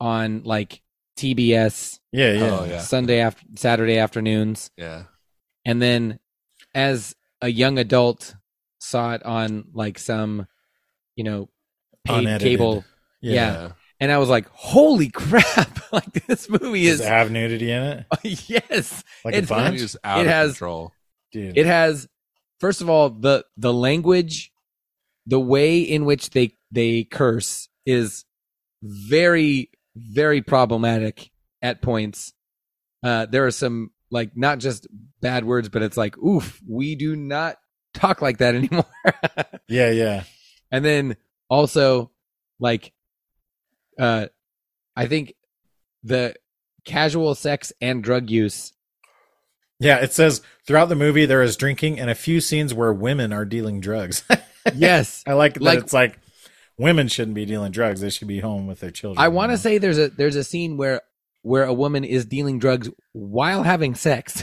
[SPEAKER 2] on like TBS
[SPEAKER 3] Yeah, yeah.
[SPEAKER 1] Oh yeah,
[SPEAKER 2] Sunday after Saturday afternoons.
[SPEAKER 1] yeah.
[SPEAKER 2] And then as a young adult saw it on like some, you know, paid
[SPEAKER 3] Unedited.
[SPEAKER 2] cable.
[SPEAKER 3] yeah.
[SPEAKER 2] yeah. And I was like, holy crap. <laughs> like this movie
[SPEAKER 3] Does
[SPEAKER 2] is
[SPEAKER 3] it have nudity in it?
[SPEAKER 2] <laughs> yes.
[SPEAKER 3] Like
[SPEAKER 2] It's
[SPEAKER 1] That
[SPEAKER 3] a bunch?
[SPEAKER 1] movie is out
[SPEAKER 2] It
[SPEAKER 1] of
[SPEAKER 2] has-
[SPEAKER 1] control.
[SPEAKER 3] Dude.
[SPEAKER 2] It has first of all the the language the way in which they they curse is very very problematic at points. Uh there are some like not just bad words but it's like oof, we do not talk like that <laughs> anymore.
[SPEAKER 3] yeah, yeah.
[SPEAKER 2] And then also like uh I think the casual sex and drug
[SPEAKER 3] <laughs>
[SPEAKER 2] use
[SPEAKER 3] Yeah, it says throughout the movie there is drinking and a few scenes where women are dealing drugs. <laughs>
[SPEAKER 2] yes.
[SPEAKER 3] I like that
[SPEAKER 2] Like-
[SPEAKER 3] it's like women shouldn't be dealing drugs. They should be home with their children.
[SPEAKER 2] I
[SPEAKER 3] you
[SPEAKER 2] want
[SPEAKER 3] know?
[SPEAKER 2] to say there's a there's a scene where where a woman is dealing drugs while having sex, <laughs>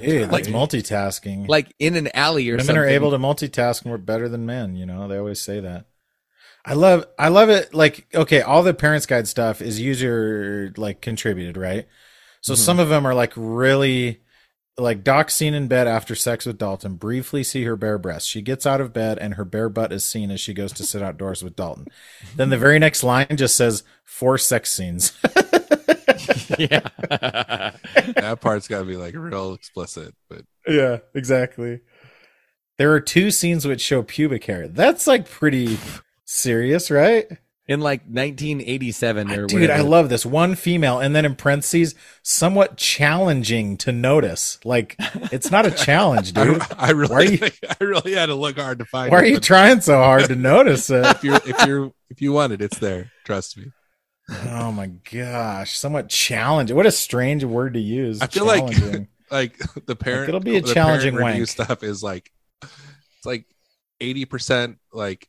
[SPEAKER 3] Dude, like
[SPEAKER 1] like-
[SPEAKER 3] multitasking.
[SPEAKER 2] like in an alley or
[SPEAKER 3] women
[SPEAKER 2] something.
[SPEAKER 3] are able to multitask and we're better than men you know they always say that i love i love it like okay all the parents guide stuff is user like contributed right so
[SPEAKER 2] Mhm.
[SPEAKER 3] some of them are like really like doc seen in bed after sex with dalton briefly see her bare breasts she gets out of bed and her bare butt is seen as she goes to <laughs> sit outdoors with dalton then the very next line just says four sex scenes <laughs>
[SPEAKER 2] yeah.
[SPEAKER 1] that part's got to be like real explicit, but
[SPEAKER 3] yeah exactly there are two scenes which show pubic hair that's like pretty serious right
[SPEAKER 2] in like 1987 or
[SPEAKER 3] Dude,
[SPEAKER 2] whatever.
[SPEAKER 3] I love this. One female, and then in parentheses, somewhat challenging to notice. Like, it's not a
[SPEAKER 1] <laughs>
[SPEAKER 3] challenge,
[SPEAKER 1] I,
[SPEAKER 3] dude.
[SPEAKER 1] I
[SPEAKER 3] Why are
[SPEAKER 1] really,
[SPEAKER 3] you-
[SPEAKER 1] <laughs> I really had to look hard to find.
[SPEAKER 3] Why are
[SPEAKER 1] it,
[SPEAKER 3] you
[SPEAKER 1] but
[SPEAKER 3] trying so hard to notice it?
[SPEAKER 1] if you if you if you want it, it's there. Trust me.
[SPEAKER 3] Oh my gosh, somewhat challenging. What a strange word to use.
[SPEAKER 1] I feel like- <laughs>
[SPEAKER 3] Challenging.
[SPEAKER 1] Like the parent,
[SPEAKER 3] it'll be a
[SPEAKER 1] the parent
[SPEAKER 3] challenging
[SPEAKER 1] review
[SPEAKER 3] wank.
[SPEAKER 1] stuff is like it's like eighty percent like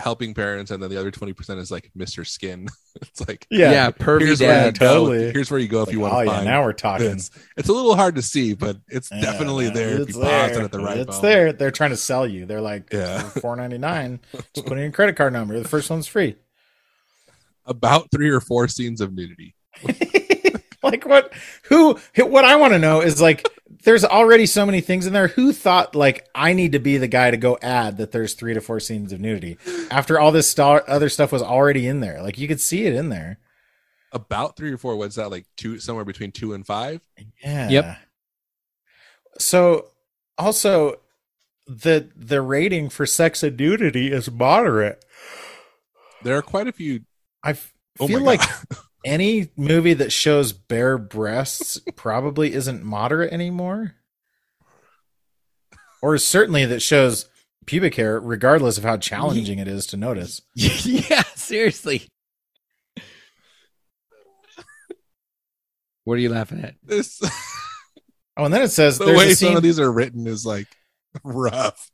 [SPEAKER 1] helping parents, and then the other twenty percent is like Mr. Skin. <laughs> it's like
[SPEAKER 2] yeah,
[SPEAKER 3] yeah.
[SPEAKER 2] pervy
[SPEAKER 1] here's where you
[SPEAKER 2] dad.
[SPEAKER 3] Yeah, totally.
[SPEAKER 1] go. Here's where you go if
[SPEAKER 3] Like,
[SPEAKER 1] you want
[SPEAKER 3] oh
[SPEAKER 1] to
[SPEAKER 3] yeah,
[SPEAKER 1] find.
[SPEAKER 3] now we're talking.
[SPEAKER 1] this. It's a little hard to see, but it's
[SPEAKER 3] Yeah,
[SPEAKER 1] definitely there. if
[SPEAKER 3] it's
[SPEAKER 1] you pause
[SPEAKER 3] there.
[SPEAKER 1] it at the right
[SPEAKER 3] It's
[SPEAKER 1] moment.
[SPEAKER 3] there. They're trying to sell you. They're like,
[SPEAKER 1] Yeah.
[SPEAKER 3] four ninety nine. Just put in your credit card number. The first one's free.
[SPEAKER 1] About three or four scenes of nudity.
[SPEAKER 3] <laughs> like what? Who? What I want to know is like, there's already so many things in there. Who thought like I need to be the guy to go add that there's three to four scenes of nudity after all this star- other stuff was already in there? Like you could see it in there.
[SPEAKER 1] About three or four. What's that like? Two somewhere between two and five.
[SPEAKER 3] Yeah.
[SPEAKER 2] Yep.
[SPEAKER 3] So also the the rating for sex and nudity is moderate.
[SPEAKER 1] There are quite a few.
[SPEAKER 3] I f-
[SPEAKER 1] Oh
[SPEAKER 3] feel
[SPEAKER 1] my
[SPEAKER 3] like
[SPEAKER 1] God. <laughs>
[SPEAKER 3] any movie that shows bare
[SPEAKER 1] <laughs>
[SPEAKER 3] breasts probably isn't moderate anymore. Or certainly that shows pubic hair, regardless of how challenging it is to notice.
[SPEAKER 2] <laughs> yeah,
[SPEAKER 3] <laughs>
[SPEAKER 2] seriously. what are you laughing at?
[SPEAKER 1] this <laughs>
[SPEAKER 3] Oh, and then it says
[SPEAKER 1] the
[SPEAKER 3] there's
[SPEAKER 1] way
[SPEAKER 3] a
[SPEAKER 1] some
[SPEAKER 3] scene
[SPEAKER 1] of these are written is like <laughs> rough.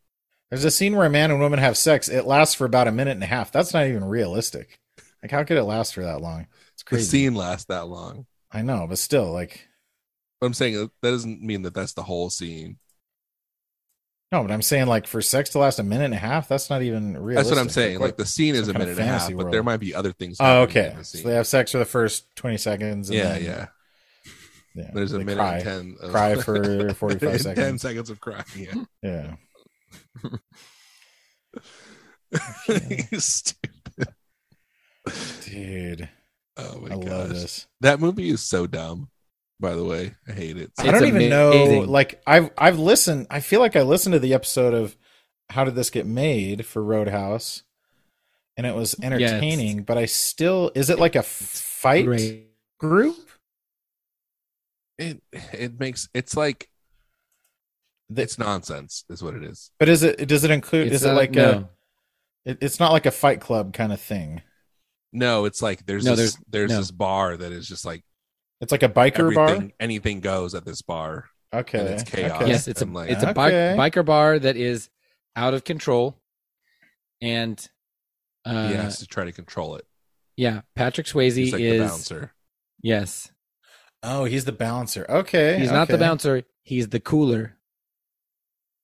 [SPEAKER 3] There's a scene where a man and woman have sex. It lasts for about a minute and a half. That's not even realistic. Like, how could it last for that long? It's
[SPEAKER 1] The
[SPEAKER 3] crazy.
[SPEAKER 1] scene lasts that long.
[SPEAKER 3] I know, but still, like,
[SPEAKER 1] But I'm saying uh, that doesn't mean that that's the whole scene.
[SPEAKER 3] no, but I'm saying, like, for sex to last a minute and a half, that's not even realistic.
[SPEAKER 1] That's what I'm saying. Like the scene is
[SPEAKER 3] some
[SPEAKER 1] a
[SPEAKER 3] kind of
[SPEAKER 1] minute and a half,
[SPEAKER 3] fantasy
[SPEAKER 1] but
[SPEAKER 3] world.
[SPEAKER 1] there might be other things.
[SPEAKER 3] oh,
[SPEAKER 1] happening
[SPEAKER 3] okay.
[SPEAKER 1] in the
[SPEAKER 3] So
[SPEAKER 1] scene.
[SPEAKER 3] they have sex for the first 20 seconds. And
[SPEAKER 1] yeah,
[SPEAKER 3] then,
[SPEAKER 1] yeah.
[SPEAKER 3] yeah.
[SPEAKER 1] There's a
[SPEAKER 3] They
[SPEAKER 1] minute
[SPEAKER 3] cry,
[SPEAKER 1] and ten. Of, <laughs>
[SPEAKER 3] cry for 45 seconds.
[SPEAKER 1] Ten seconds of crying. <laughs> Yeah.
[SPEAKER 3] Yeah.
[SPEAKER 1] Stupid.
[SPEAKER 3] Dude,
[SPEAKER 1] oh my
[SPEAKER 3] I love
[SPEAKER 1] gosh.
[SPEAKER 3] this.
[SPEAKER 1] That movie is so dumb. By the way, I hate it.
[SPEAKER 3] I don't even know.
[SPEAKER 2] amazing.
[SPEAKER 3] Like I've I've listened. I feel like I listened to the episode of How Did This Get Made for Roadhouse, and it was entertaining. But I still is it like a fight
[SPEAKER 2] Great.
[SPEAKER 3] group
[SPEAKER 1] It it makes it's like
[SPEAKER 3] that?
[SPEAKER 1] it's nonsense is what it is.
[SPEAKER 3] But is it does it include?
[SPEAKER 2] It's
[SPEAKER 3] is it
[SPEAKER 2] not-
[SPEAKER 3] like uh,
[SPEAKER 2] no.
[SPEAKER 3] a? It, it's not like a Fight Club kind of thing.
[SPEAKER 1] No, it's like there's
[SPEAKER 2] No,
[SPEAKER 1] this,
[SPEAKER 2] there's-
[SPEAKER 1] there's
[SPEAKER 2] no.
[SPEAKER 1] this bar that is just like
[SPEAKER 3] It's like a biker
[SPEAKER 1] everything anything goes at this bar.
[SPEAKER 3] bar. Okay,
[SPEAKER 1] and it's chaos.
[SPEAKER 3] Okay.
[SPEAKER 2] yes, it's a
[SPEAKER 1] I'm like,
[SPEAKER 2] it's a bike,
[SPEAKER 3] okay.
[SPEAKER 2] biker bar that is out of control, and uh,
[SPEAKER 1] he has to try to control it.
[SPEAKER 2] yeah, Patrick Swayze
[SPEAKER 1] He's like the
[SPEAKER 2] is
[SPEAKER 1] bouncer.
[SPEAKER 2] yes,
[SPEAKER 3] Oh, he's the bouncer. Okay,
[SPEAKER 2] he's not the
[SPEAKER 3] okay.
[SPEAKER 2] bouncer, he's the cooler.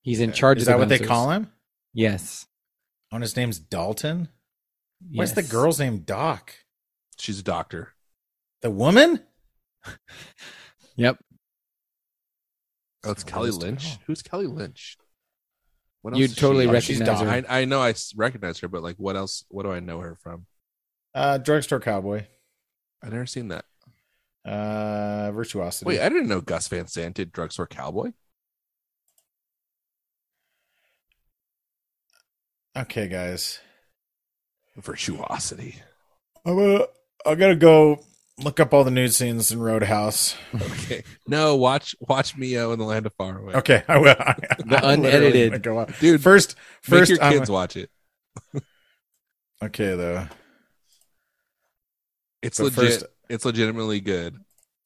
[SPEAKER 2] He's in
[SPEAKER 1] Yeah.
[SPEAKER 2] charge.
[SPEAKER 3] Is
[SPEAKER 2] of
[SPEAKER 3] that
[SPEAKER 2] the
[SPEAKER 3] what they
[SPEAKER 2] bouncers.
[SPEAKER 3] call him?
[SPEAKER 2] Yes.
[SPEAKER 3] Oh, and his name's Dalton. What's the
[SPEAKER 2] Yes.
[SPEAKER 3] girl's name? Doc.
[SPEAKER 1] She's a doctor.
[SPEAKER 3] The woman.
[SPEAKER 2] Yep.
[SPEAKER 1] Oh, it's
[SPEAKER 3] Who
[SPEAKER 1] Kelly
[SPEAKER 3] is
[SPEAKER 1] Lynch.
[SPEAKER 3] Cal?
[SPEAKER 1] Who's Kelly Lynch? What
[SPEAKER 2] You'd
[SPEAKER 1] is
[SPEAKER 2] totally
[SPEAKER 1] Oh, she's
[SPEAKER 2] recognize
[SPEAKER 1] Dawn.
[SPEAKER 2] her.
[SPEAKER 1] I, I know I s- recognize her, but like, what else? What do I know her from?
[SPEAKER 3] Uh, drugstore cowboy.
[SPEAKER 1] I've never seen that.
[SPEAKER 3] Uh, virtuosity.
[SPEAKER 1] Wait, I didn't know Gus Van Sant did Drugstore Cowboy.
[SPEAKER 3] okay, guys,
[SPEAKER 1] Virtuosity.
[SPEAKER 3] I'm gonna I gotta go look up all the nude scenes in Roadhouse.
[SPEAKER 1] <laughs> Okay, no, watch watch Mio in the Land of Faraway.
[SPEAKER 3] Okay, I will. <laughs> I,
[SPEAKER 2] The
[SPEAKER 3] I'm literally
[SPEAKER 2] unedited.
[SPEAKER 3] gonna go out.
[SPEAKER 1] dude. First,
[SPEAKER 3] First,
[SPEAKER 1] make
[SPEAKER 3] first,
[SPEAKER 1] your
[SPEAKER 3] I'm-
[SPEAKER 1] kids watch it.
[SPEAKER 3] okay though.
[SPEAKER 1] It's
[SPEAKER 3] But
[SPEAKER 1] legit.
[SPEAKER 3] first-
[SPEAKER 1] it's legitimately good.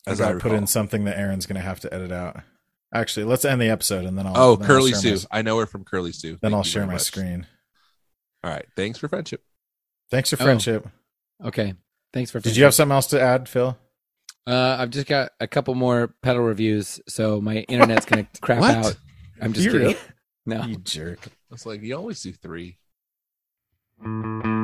[SPEAKER 3] I
[SPEAKER 1] As I,
[SPEAKER 3] gotta put in
[SPEAKER 1] recall.
[SPEAKER 3] something that Aaron's gonna have to edit out. Actually, let's end the episode and then I'll.
[SPEAKER 1] Oh,
[SPEAKER 3] then I'll
[SPEAKER 1] Curly
[SPEAKER 3] share my-
[SPEAKER 1] Sue. I know her from Curly Sue.
[SPEAKER 3] then
[SPEAKER 1] Thank
[SPEAKER 3] I'll
[SPEAKER 1] you
[SPEAKER 3] share
[SPEAKER 1] very
[SPEAKER 3] my
[SPEAKER 1] much.
[SPEAKER 3] screen.
[SPEAKER 1] All right. Thanks for friendship.
[SPEAKER 3] Thanks for
[SPEAKER 2] Oh.
[SPEAKER 3] friendship.
[SPEAKER 2] Okay. Thanks for.
[SPEAKER 3] Did you have something else to add,
[SPEAKER 1] <laughs>
[SPEAKER 3] Phil?
[SPEAKER 2] Uh, I've just got a couple more pedal reviews, so my
[SPEAKER 3] <laughs>
[SPEAKER 2] internet's gonna crap
[SPEAKER 1] What?
[SPEAKER 2] out. I'm just
[SPEAKER 3] You
[SPEAKER 2] kidding.
[SPEAKER 3] really-
[SPEAKER 2] <laughs> No.
[SPEAKER 3] You jerk.
[SPEAKER 1] It's like you always do three.
[SPEAKER 5] Thank you.